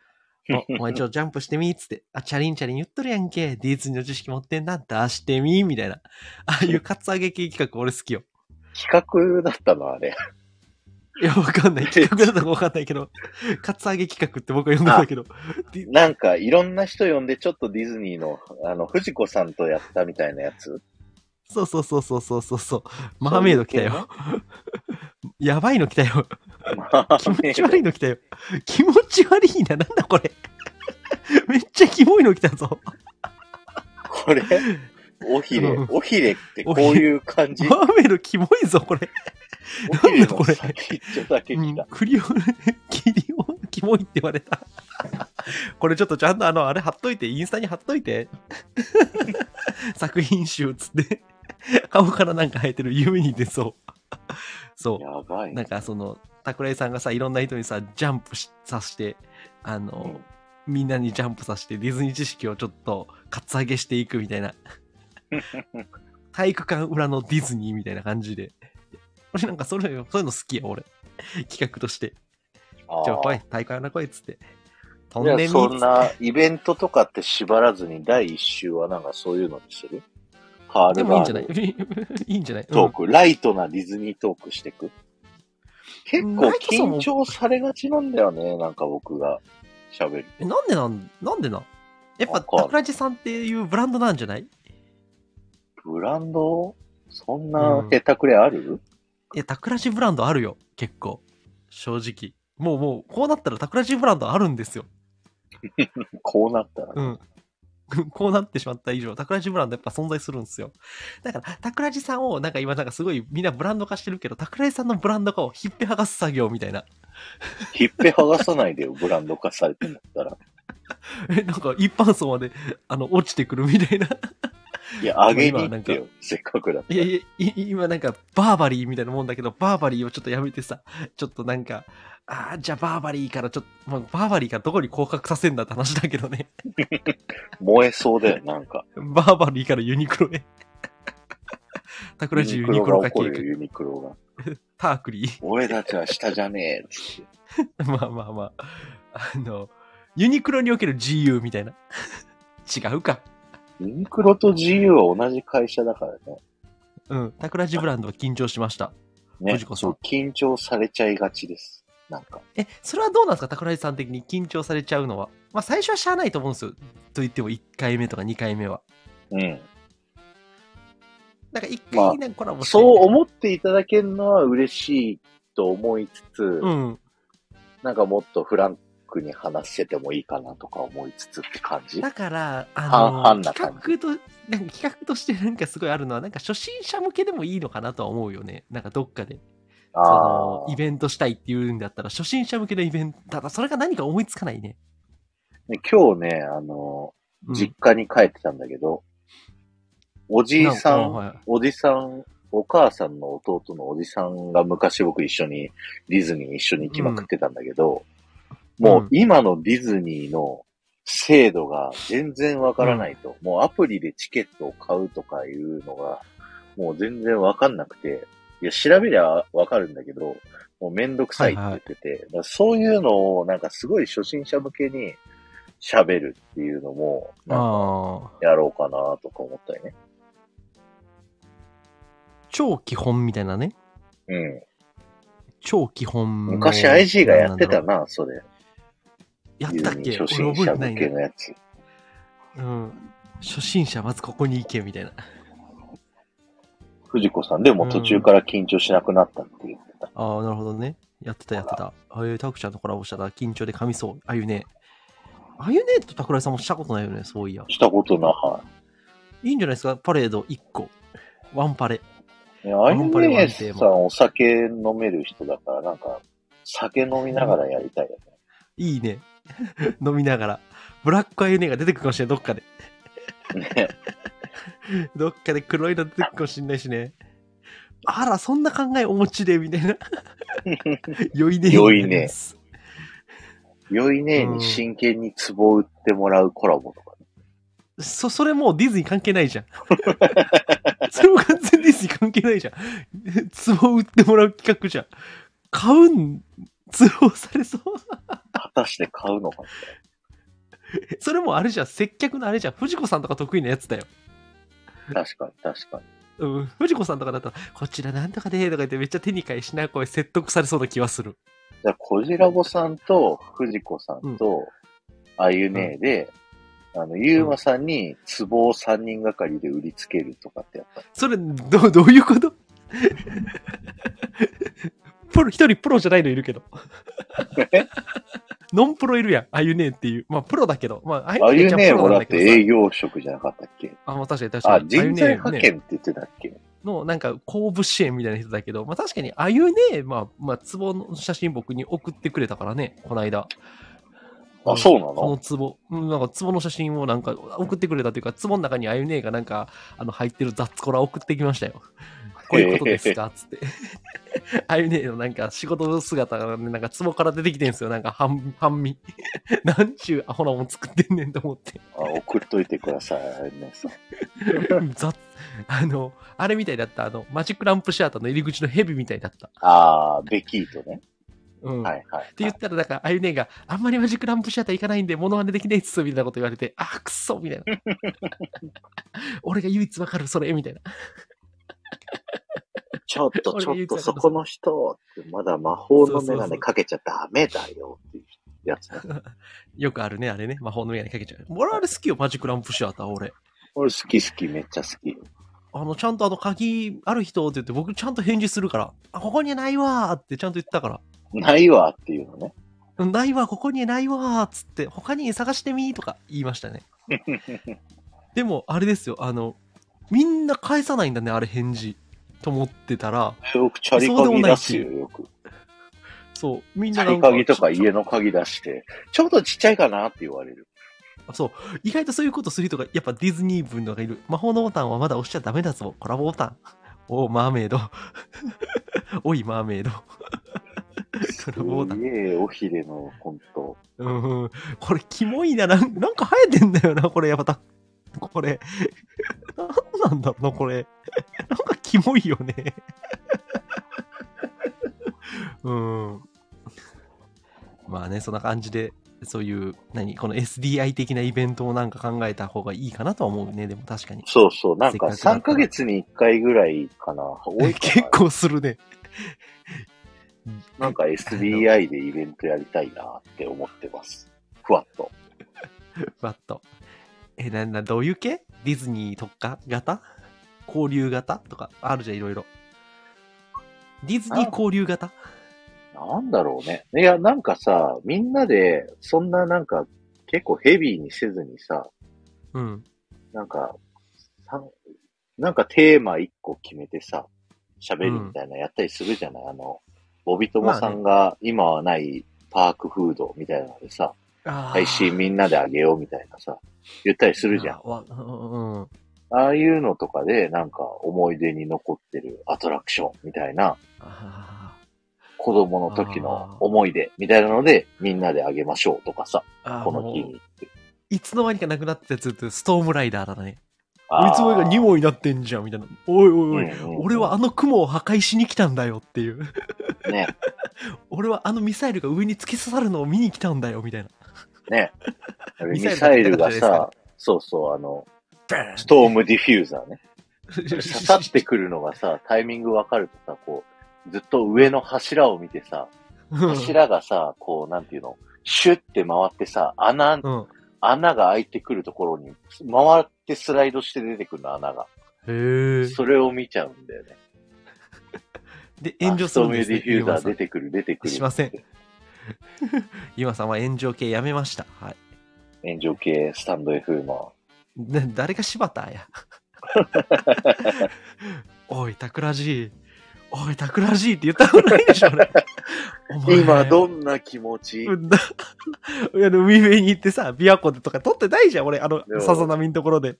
S2: おお前ちょっとジャンプしてみっつって、あ、チャリンチャリン言っとるやんけ、ディズニーの知識持ってんな、出してみみたいな。ああいうカツアゲ系企画俺好きよ。
S1: 企画だったの、あれ。
S2: いや、わかん ない。企画だったかわかんないけど、カツアゲ企画って僕は呼んでたけど。
S1: なんか、いろんな人呼んで、ちょっとディズニーの、あの、藤子さんとやったみたいなやつ。
S2: そうそうそうそうそうそうそう。マーメイド来たよ。やばいの来たよ。
S1: まあ
S2: 気持ち悪いの来た よ。気持ち悪いな。なんだこれ。めっちゃキモいの来たぞ。
S1: これ、おひれ
S2: うん、
S1: おひれってこういう感 じ。
S2: マーメイドキモいぞ、これ。
S1: おひれ
S2: なんだ
S1: の
S2: これ
S1: 先っちょだけ
S2: うん
S1: 来た。、
S2: クリオ、キリオ、キモいって言われた。これちょっとちゃんとあの、あれ貼っといて、インスタに貼っといて。作品集つって、顔からなんか生えてる夢に出そう。そう。
S1: やばい
S2: な
S1: ね。
S2: んかその桜井さんがさいろんな人にさジャンプしさしてあの、みんなにジャンプさせてディズニー知識をちょっとかつ上げしていくみた いな体育館裏のディズニーみたいな感じで俺なんかそれそういうの好きや俺企画として「じゃあ来い体育館裏来い」っつって「飛ん
S1: じ
S2: で
S1: ゃあ
S2: み」
S1: そん
S2: っ
S1: なイベントとかって縛らずに第一週はなんかそういうのにするカ
S2: つって
S1: ール
S2: でもいいん
S1: バ
S2: じゃない
S1: ー
S2: いいんじゃない、
S1: ト
S2: うん
S1: ーク、ライトなディズニートークしてく結構
S2: ライトさも
S1: 緊張されがちなんだよね、なんか僕が喋る。
S2: えなんでなんなんでなんやっぱ
S1: わかんない
S2: 桜地さんっていうブランドなんじゃない
S1: ブランドそんな下手くれある、
S2: いや、タクラジブランドあるよ、結構。正直。もうもう、こうなったらタクラジブランドあるんですよ。
S1: こうなったら、
S2: うん。こうなってしまった以上、タクラジブランドやっぱ存在するんですよ。だから、タクラジさんを、なんか今なんかすごいみんなブランド化してるけど、タクラジさんのブランド化を引っぺ剥がす作業みたいな。
S1: ひっぺ剥がさないでよ、ブランド化されてんだったら。
S2: え、なんか一般層まで、あの、落ちてくるみたいな。
S1: いや、あげに行って
S2: 今
S1: よ、せっかくだった
S2: い
S1: ら
S2: やいや、い今なんかバーバリーみたいなもんだけど、バーバリーをちょっとやめてさ、ちょっとなんか、ああ、じゃあバーバリーからちょっと、まあ、バーバリーからどこに降格させんだって話だけどね。
S1: 燃えそうだよ、なんか。
S2: バーバリーからユニ クロへ。タクラジユニクロ
S1: が
S2: 化
S1: 怒
S2: 計
S1: る
S2: 画。
S1: よユニクロが。
S2: タークリー。
S1: 俺たちは下じゃねえ、つって。
S2: まあまあまあ。あの、ユニクロにおける GU みたいな。違うか。
S1: ユニクロと GU は同じ会社だからね。
S2: うん。タクラジブランドは緊張しました。
S1: ね
S2: 藤子、さ
S1: そ
S2: ん
S1: う、緊張されちゃいがちです。なんか。
S2: え、それはどうなんですかタクラジさん的に緊張されちゃうのは。まあ最初はしゃあないと思うんですよ。と言っても1回目とか2回目は。
S1: うん。
S2: なんか1
S1: まあ
S2: 回なんかコラボして、
S1: そう思っていただけるのは嬉しいと思いつつ、
S2: うん。
S1: なんかもっとフランクに話しててもいいかなとか思いつつって感じ。
S2: だから、
S1: 半々
S2: あの、
S1: な
S2: 企
S1: 感じ
S2: 画と、なんか企画としてなんかすごいあるのは、なんか初心者向けでもいいのかなとは思うよね。なんかどっかで。そ
S1: あ
S2: の
S1: あ
S2: イ、ベントしたいっていうんだったら初心者向けのイベントただそれが何か思いつかないね、
S1: ね今日ね、あの、
S2: うん
S1: 実家に帰ってたんだけど、おじいさ
S2: なん
S1: ん
S2: か、はい
S1: おじさん、お母さんの弟のおじさんが昔僕一緒にディズニー一緒に行きまくってたんだけど、
S2: うん
S1: も
S2: うん
S1: う今のディズニーの制度が全然わからないと、もうアプリでチケットを買うとかいうのが、もう全然わかんなくて、いや、調べりゃわかるんだけど、もうめんどくさいって言ってて、だからそういうのをなんかすごい初心者向けに喋るっていうのも、なんか
S2: ああ
S1: やろうかなとか思ったりね。
S2: 超基本みたいなね
S1: うん。
S2: 超基本の
S1: 昔 IG がやってた
S2: なんだろ
S1: な、それ。
S2: うやってたっけ
S1: 初心
S2: 俺覚
S1: 者
S2: えてない
S1: 向け
S2: ね、
S1: のやつ。
S2: うん、初心者まずここに行けみたいな
S1: 藤子さん、でも途中から緊張しなくなったって言ってた。
S2: ああなるほどねやってたやってたああいうタクちゃんとコラボしたら緊張で噛みそうあゆねあゆねとタクライさんもしたことないよねそういや
S1: したことない
S2: いんじゃないですかパレード1個ワンパレ
S1: いや。あ
S2: ん
S1: ゆ
S2: まり
S1: ね
S2: ワンテーマ
S1: さん、お酒飲める人だから、なんか、酒飲みながらやりたいよね。
S2: いいね 飲みながらブラックあゆねが出てくるかもしれないどっかで
S1: ね
S2: どっかで黒いの出てくるかもしんないしね。あら、そんな考えお持ちで、みたい な。良いね。
S1: 良いね。酔いねえに真剣に壺を売ってもらうコラボとかね。
S2: そ、それもうディズニー関係ないじゃん。 それも完全にディズニー関係ないじゃん。壺を売ってもらう企画じゃん。買うん、壺をされそう。
S1: 果たして買うのか
S2: それもあれじゃん。接客のあれじゃん。藤子さんとか得意なやつだよ。
S1: 確かに、確かに。
S2: うん。藤子さんとかだったら、こちらなんとかで、とか言ってめっちゃ手に返しながらこれ説得されそうな気はする。
S1: じゃあ、こじらぼさんと、藤子さんと、あゆねえで、あの、ゆうまさんに、壺を3人がかりで売りつけるとかってやった。
S2: それ、ど、どういうこと プロ、一人プロじゃないのい るけど。ノンプロいるやん。あゆねえっていう。まあ、プロだけど。まあ、あ
S1: あゆ
S2: ちゃん
S1: ねえ
S2: プロ
S1: も
S2: な
S1: だ
S2: ん
S1: って
S2: さ
S1: 営業職じゃなかったっけ
S2: あ、まあ、確かに確か
S1: あ、
S2: に。
S1: 人材
S2: あゆ
S1: 派
S2: ねえ
S1: 遣
S2: ね
S1: って言ってたっけ
S2: の、なんか、後部支援みたいな人だけど、まあ、確かに、あゆねえ、まあ、まあ、壺の写真僕に送ってくれたからね、この間。
S1: あ、そうな
S2: この
S1: の
S2: 壺、うんなんか壺の写真をなんか送ってくれたというか、壺の中にあゆねえがなんかあの入ってる雑コラ送ってきましたよ。こういうことですかつって。 あゆねえのなんか仕事の姿がねなんか壺から出てきてんすよ。なんか半半身。 なんちゅうアホなもん作ってんねんと 思って。
S1: あ送っといてください。あれねさ
S2: 雑、あの、あれみたいだった。あの、マジックランプシアターの入り口のヘビみたいだった。
S1: あー、ベキーとね。
S2: うん。
S1: はいはい。
S2: って言ったら、なんか、あゆねが、あんまりマジックランプシアター行かないんで、物真似できないっす、みたいなこと言われて、あ、くそみたいな。 俺が唯一わかる、それみたいな。
S1: ちょっと、ちょっと、そこの人って、まだ魔法の眼鏡かけちゃダメだよっていうやつね。
S2: よくあるね、あれね。魔法の眼鏡かけちゃう。俺あれ好きよ、マジックランプシアター、俺。
S1: 俺好き好き、めっちゃ好き。
S2: あの、ちゃんとあの、鍵ある人って言って、僕ちゃんと返事するから、あ、ここにはないわーってちゃんと言ったから。
S1: ないわっていうのね。
S2: うんないわ、ここにはないわーっつって、他に探してみーとか言いましたね。でも、あれですよ、あの、みんな返さないんだね、あれ返事。と思ってたら、
S1: 僕、チャリ鍵出すよ、よく。
S2: そう、みん
S1: チ
S2: な
S1: ャ
S2: な
S1: リ
S2: んか
S1: 鍵とか家の鍵出して、ちょっとちっちゃいかなって言われる。
S2: あそう、意外とそういうことする人が、やっぱディズニー分のがいる。魔法のボタンはまだ押しちゃダメだぞ。コラボボタン。おう、マーメイド。 おい、マーメイド。コラボボタン。
S1: ええ、おひれの、ほんと。
S2: うんうん、これ、キモいな。なんなんか生えてんだよな、これ、やっぱた。これ。 なんなんだろうな、これ。なんかキモいよね。 うん。まあね、そんな感じで、そういう、何、この SDI 的なイベントをなんか考えた方がいいかなとは思うね、でも確かに。
S1: そうそう、なんか
S2: せっかくだ
S1: 3
S2: から
S1: ヶ月に1回ぐらいかな。多いか
S2: 結
S1: な。
S2: 構するね。
S1: なんか SBI でイベントやりたいなって思ってます。ふわっと。
S2: バッと。え、なんだ、どういう系ディズニー特化型交流型とかあるじゃん、いろいろ。ディズニー交流型
S1: なんだろうね。いや、なんかさ、みんなで、そんななんか、結構ヘビーにせずにさ、
S2: うん。
S1: なんか、さなんかテーマ1個決めてさ、喋るみたいなのやったりするじゃない、あの、ボビトモさんが今はないパークフードみたいなのでさ、
S2: あ
S1: 配信みんなであげようみたいなさ、言ったりするじゃん。
S2: あわうん。うん
S1: ああいうのとかで、なんか思い出に残ってるアトラクションみたいな、
S2: あ
S1: 子供の時の思い出みたいなので、みんなであげましょうとかさ、
S2: ー
S1: この日
S2: もう
S1: に。
S2: いつの間にかなくなってたやつってストームライダーだね。
S1: あー
S2: いつの間にか2、本になってんじゃん、みたいな。おいおいおい。
S1: うんうん
S2: 俺はあの雲を破壊しに来たんだよっていう。
S1: ね、
S2: 俺はあのミサイルが上に突き刺さるのを見に来たんだよみたいな。
S1: ね。あれミ
S2: ミサイル
S1: サイルが
S2: だったじゃない
S1: さ、そうそう、あの、
S2: バ
S1: ストームディフューザー ね。
S2: ー ン
S1: 刺さってくるのがさ、タイミングわかるとさ、こう、ずっと上の柱を見てさ、
S2: うん
S1: 柱がさ、こう、なんていうの、シュッて回ってさ、穴、
S2: うん。
S1: 穴が開いてくるところに、回ってスライドして出てくるの、穴が。
S2: へえ。
S1: それを見ちゃうんだよね。
S2: で、炎上するんで
S1: あス
S2: す、
S1: トー
S2: ね
S1: ム。ディフューザー出
S2: て
S1: てくる、出てくる。
S2: しません。 今さんは炎上系やめました。はい。
S1: 炎上系、スタンド FM は。
S2: な誰が柴田や。 おい、タクラジー。おい、タクラジーって言ったことないでしょ、俺。お 前
S1: 今、どんな気持ち
S2: うん だいやでも海辺に行ってさ、琵琶湖でとか撮ってないじゃん、俺、あの
S1: で、も
S2: さざ波のところで。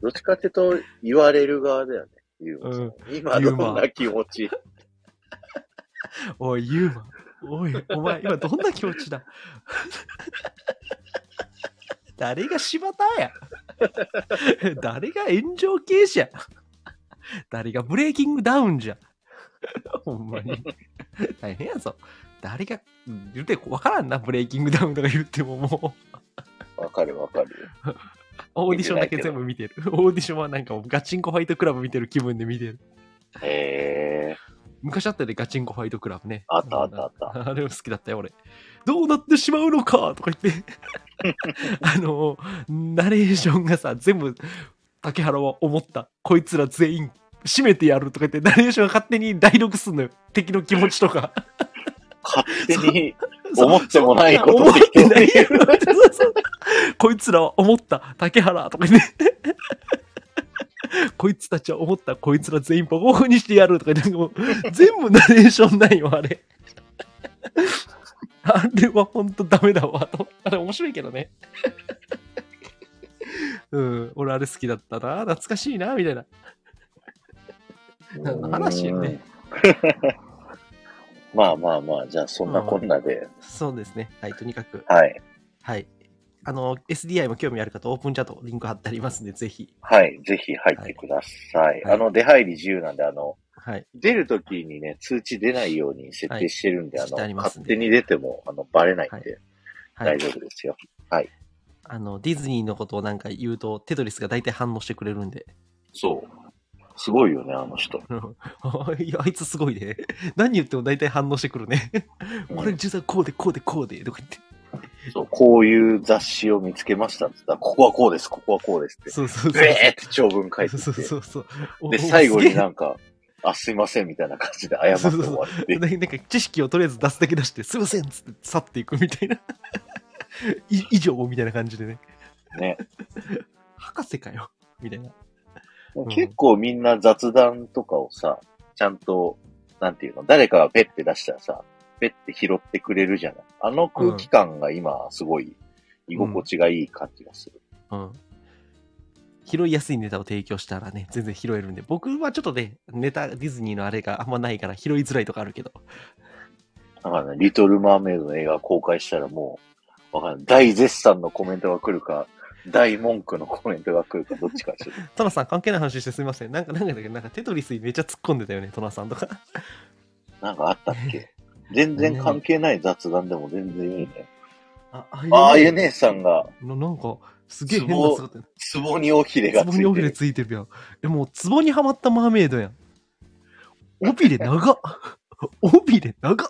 S1: どっちかっていうと、言われる側だよね。ユーマさん今
S2: ユー
S1: ど
S2: マ
S1: んな気持ち
S2: おい、ユーマ。おい、お前、今どんな気持ちだ 誰が柴田や 誰が炎上系じゃん誰がブレイキングダウンじゃんほんまに。大変やぞ。誰が、言うてわからんな、ブレイキングダウンとか言ってももう、
S1: わかるわかる。
S2: オーディションだけ全部見てる。オーディションはなんかもうガチンコファイトクラブ見てる気分で見てる。
S1: え
S2: 昔あったよね、ガチンコファイトクラブね。
S1: あったあったあった。
S2: あれも好きだったよ、俺。どうなってしまうのかとか言 って、あの、ナレーションがさ、全部、竹原は思った。こいつら全員、締めてやるとか言って、ナレーションが勝手に代読すんのよ。敵の気持ちと か。
S1: 勝手に思ってもないこと
S2: 思ってない
S1: できて
S2: よ。そうそう こいつらは思った。竹原とか言って。 こいつたちは思った。こいつら全員ボコボコ にしてやるとか言って、もう全部ナレーションないよ、あれ。 あれは本当ダメだわと。あれ面白いけどね。 うん、俺あれ好きだったな、懐かしいな、みたいな。なんか話よね
S1: うん。まあまあまあ、じゃあそんなこんなで、
S2: そうですね。はい、とにかく。
S1: はい。
S2: はい。あの、SDI も興味ある方、オープンチャットリンク貼ってありますんで、ぜひ。
S1: はい。ぜひ入ってください。
S2: はい
S1: あの、出入り自由なんで、あの、
S2: はい。
S1: 出るときにね、通知出ないように設定してるんで、
S2: はいして
S1: あ
S2: あ
S1: の、
S2: ります
S1: 勝
S2: んで
S1: 手に出ても、あの、バレないんで、
S2: は
S1: 大
S2: い。
S1: 丈夫ですよ。
S2: あの、ディズニーのことをなんか言うと、テトリスが大体反応してくれるんで。
S1: そう。すごいよね、あの人。
S2: いや、あいつすごいね。何言っても大体反応してくるね。これ実はこうで、こうで、こうで、とか言って。
S1: そう、こういう雑誌を見つけましたって言ったら、ここはこうです、ここはこうですって。
S2: そうそうそう。
S1: えーって長文書いて
S2: そうそう
S1: きて。
S2: そうそう。お
S1: で、
S2: お
S1: 最後
S2: す
S1: に
S2: げえ
S1: なんか、あ、すいませんみたいな感じで謝って終わって。
S2: ななんか知識をとりあえず出すだけ出して、すいませんっつって去っていくみたいな。 い以上みたいな感じでね。
S1: ね。
S2: 博士かよみたいな。ん
S1: 結構みんな雑談とかをさ、ちゃんと、なんていうの、誰かがペッて出したらさ、ペッて拾ってくれるじゃない。あの空気感が今、すごい、居心地がいい感じがする。
S2: うん。拾いやすいネタを提供したらね、全然拾えるんで、僕はちょっとね、ネタ、ディズニーのあれがあんまないから拾いづらいとかあるけど、
S1: だからね、リトル・マーメイドの映画公開したらもう、わかんない。大絶賛のコメントが来るか、大文句のコメントが来るか、どっちか にする。
S2: トナさん関係ない話してすみません。なんか、なんかだけど、なんかテトリスにめっちゃ突っ込んでたよね、トナさんとか。
S1: なんかあったっけ全然関係ない雑談でも全然いいね。
S2: あ、あい
S1: ああいう姉さんが、
S2: ななんか、すげえ変な
S1: 壺
S2: 姿
S1: 壺に尾ひれが
S2: ツ
S1: つ
S2: ボ
S1: い
S2: に尾
S1: て
S2: びれ
S1: る。
S2: ついてるやん。え、もうツボにはまったマーメイドやん。尾びれ長っ。尾びれ長っ。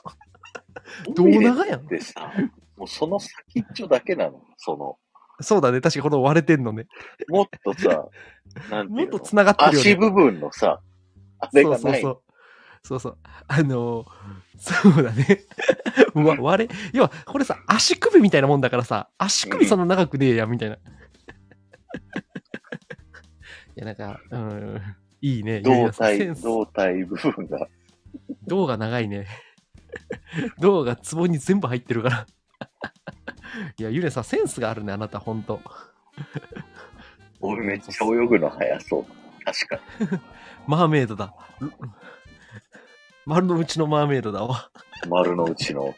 S2: どう長やん。
S1: でさ、もうその先っちょだけなの。その、
S2: そうだね。確かこの割れてんのね。
S1: もっと さ、なんて
S2: も
S1: い
S2: っ
S1: う
S2: と
S1: の
S2: 繋がってるよね。
S1: 足部分のさ、あれ
S2: そう
S1: が
S2: そう
S1: ない。
S2: そう。そうそう。あのーそうだ ね。うわ、割れ。要は、これさ、足首みたいなもんだからさ、足首そんな長くねえや、みたいな。いや、なんか、うん、いいね。ゆり
S1: 胴
S2: なさんセ
S1: 体、
S2: ンス
S1: 胴体部分が。
S2: 胴が長いね。胴が壺に全部入ってるから。いや、ゆねさん、センスがあるね、あなた、ほんと。
S1: 俺めっちゃ泳ぐの速そう。確かに。
S2: マーメイドだ。丸の内のマーメイドだわ。
S1: 丸の内の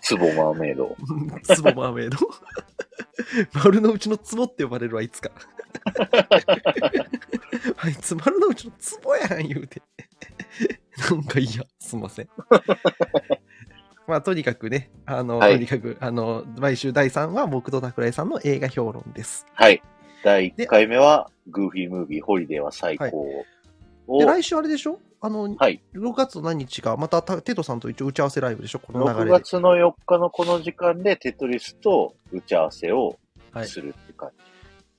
S1: ツボマーメイド。
S2: ツボマーメイド。 丸の内のツボって呼ばれるわ、いつか。 あいつ、丸の内のツボやん、言うて。なんかいいや、すんません。 まあ、とにかくね、あの、
S1: はい
S2: とにかく、あの、毎週第3話、僕と桜井さんの映画評論です。
S1: はい。第1回目は、グーフィームービー、ホリデーは最
S2: はい
S1: 高
S2: で、
S1: を。
S2: 来週あれでしょあの、
S1: はい。
S2: 6月の何日か、またたテトさんと一応打ち合わせライブでしょこの流
S1: 6
S2: れで。
S1: 月の4日のこの時間で、テトリスと打ち合わせを
S2: はい。
S1: するって感じ。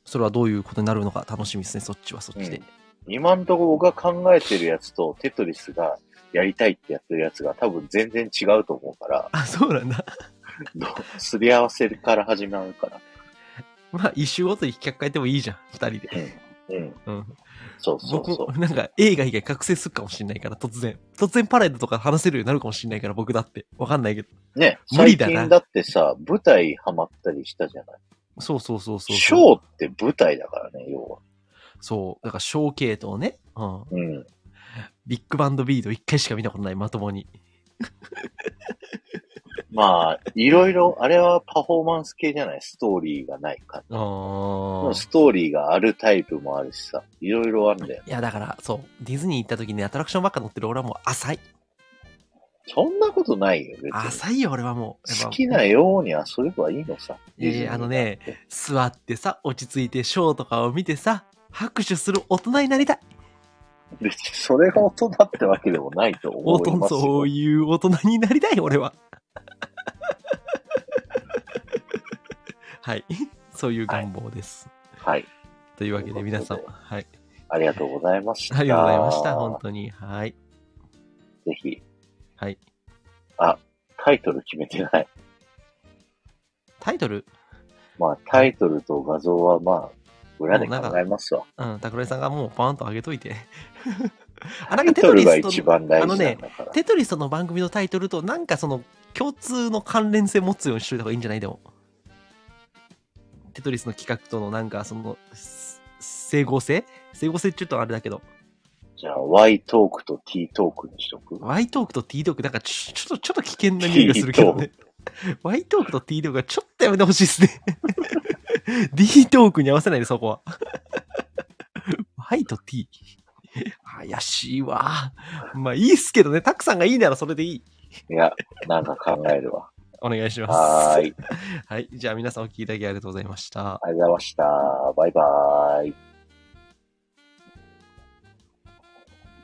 S2: それはどういうことになるのか楽しみですね、そっちはそっちで。
S1: うん今んとこ僕が考えてるやつと、テトリスがやりたいってやってるやつが多分全然違うと思うから、
S2: あ、そうなんだ。
S1: どうすり合わせから始まるから。
S2: まあ、一周ごとに企画変えてもいいじゃん、二人で。
S1: うん。
S2: うん。
S1: そうそう
S2: 僕
S1: そ
S2: も、なんか映画以外覚醒するかもしんないから、突然。突然パレードとか話せるようになるかもしんないから、僕だって。わかんないけど。
S1: う。ね、
S2: 無
S1: 最
S2: 理だな
S1: 近だってさ、舞台ハマったりしたじゃない。
S2: そうそうそうそう。
S1: ショーって舞台だからね、要は。
S2: そう。だから、ショー系統ね。うん。
S1: うん。
S2: ビッグバンドビード一回しか見たことない、まともに。
S1: まあ、いろいろ、あれはパフォーマンス系じゃない、ストーリーがない感じ。で
S2: あー
S1: も。ストーリーがあるタイプもあるしさ、いろいろあるんだよ。
S2: いや、だから、そう。ディズニー行った時にアトラクションばっか乗ってる俺はもう浅い。
S1: そんなことないよ、別に。
S2: 浅いよ、俺はもう。やっぱ
S1: 好きなように遊べばいいのさ。
S2: いやいやあのね、座ってさ、落ち着いてショーとかを見てさ、拍手する大人になりたい。
S1: 別にそれが大人ってわけでもないと
S2: 大
S1: 思い
S2: 人、
S1: ます
S2: そう
S1: よ。
S2: いう大人になりたい、俺は。はい。そういう願望です。
S1: はい。
S2: というわけで皆さん、
S1: というこ
S2: はい。
S1: ありがとうございました。
S2: ありがとうございました、本当に。はい。
S1: ぜひ、
S2: はい。
S1: タイトル決めてない。
S2: タイトル、
S1: まあ、タイトルと画像はまあ、裏で考えますわ。
S2: うん、桜井さんがもうバーンと上げといて。 あ、なん
S1: タイ
S2: かテ
S1: ト
S2: ト
S1: ル
S2: リ
S1: が
S2: ス
S1: 一
S2: と、
S1: 番大事なんだから。
S2: テトリスとの番組のタイトルと、なんかその共通の関連性持つようにしといた方がいいんじゃないでも。テトリスの企画とのなんか、その、す整合性整合性って言うとあれだけど、
S1: じゃあ、Y トークと T トークにしとく。
S2: Y トークと T トーク、なんかちょちょっと、ちょっと危険な匂いがするけどね。Y トークと T トークはちょっとやめてほしいですね。D トークに合わせないで、そこは。Y と T。怪しいわ。まあいいっすけどね。たくさんがいいならそれでいい。
S1: いや、なんか考える わ。
S2: お願いします。
S1: はーい。
S2: はい。じゃあ皆さんお聞きいただきありがとうございました。
S1: ありがとうございました。バイバーイ。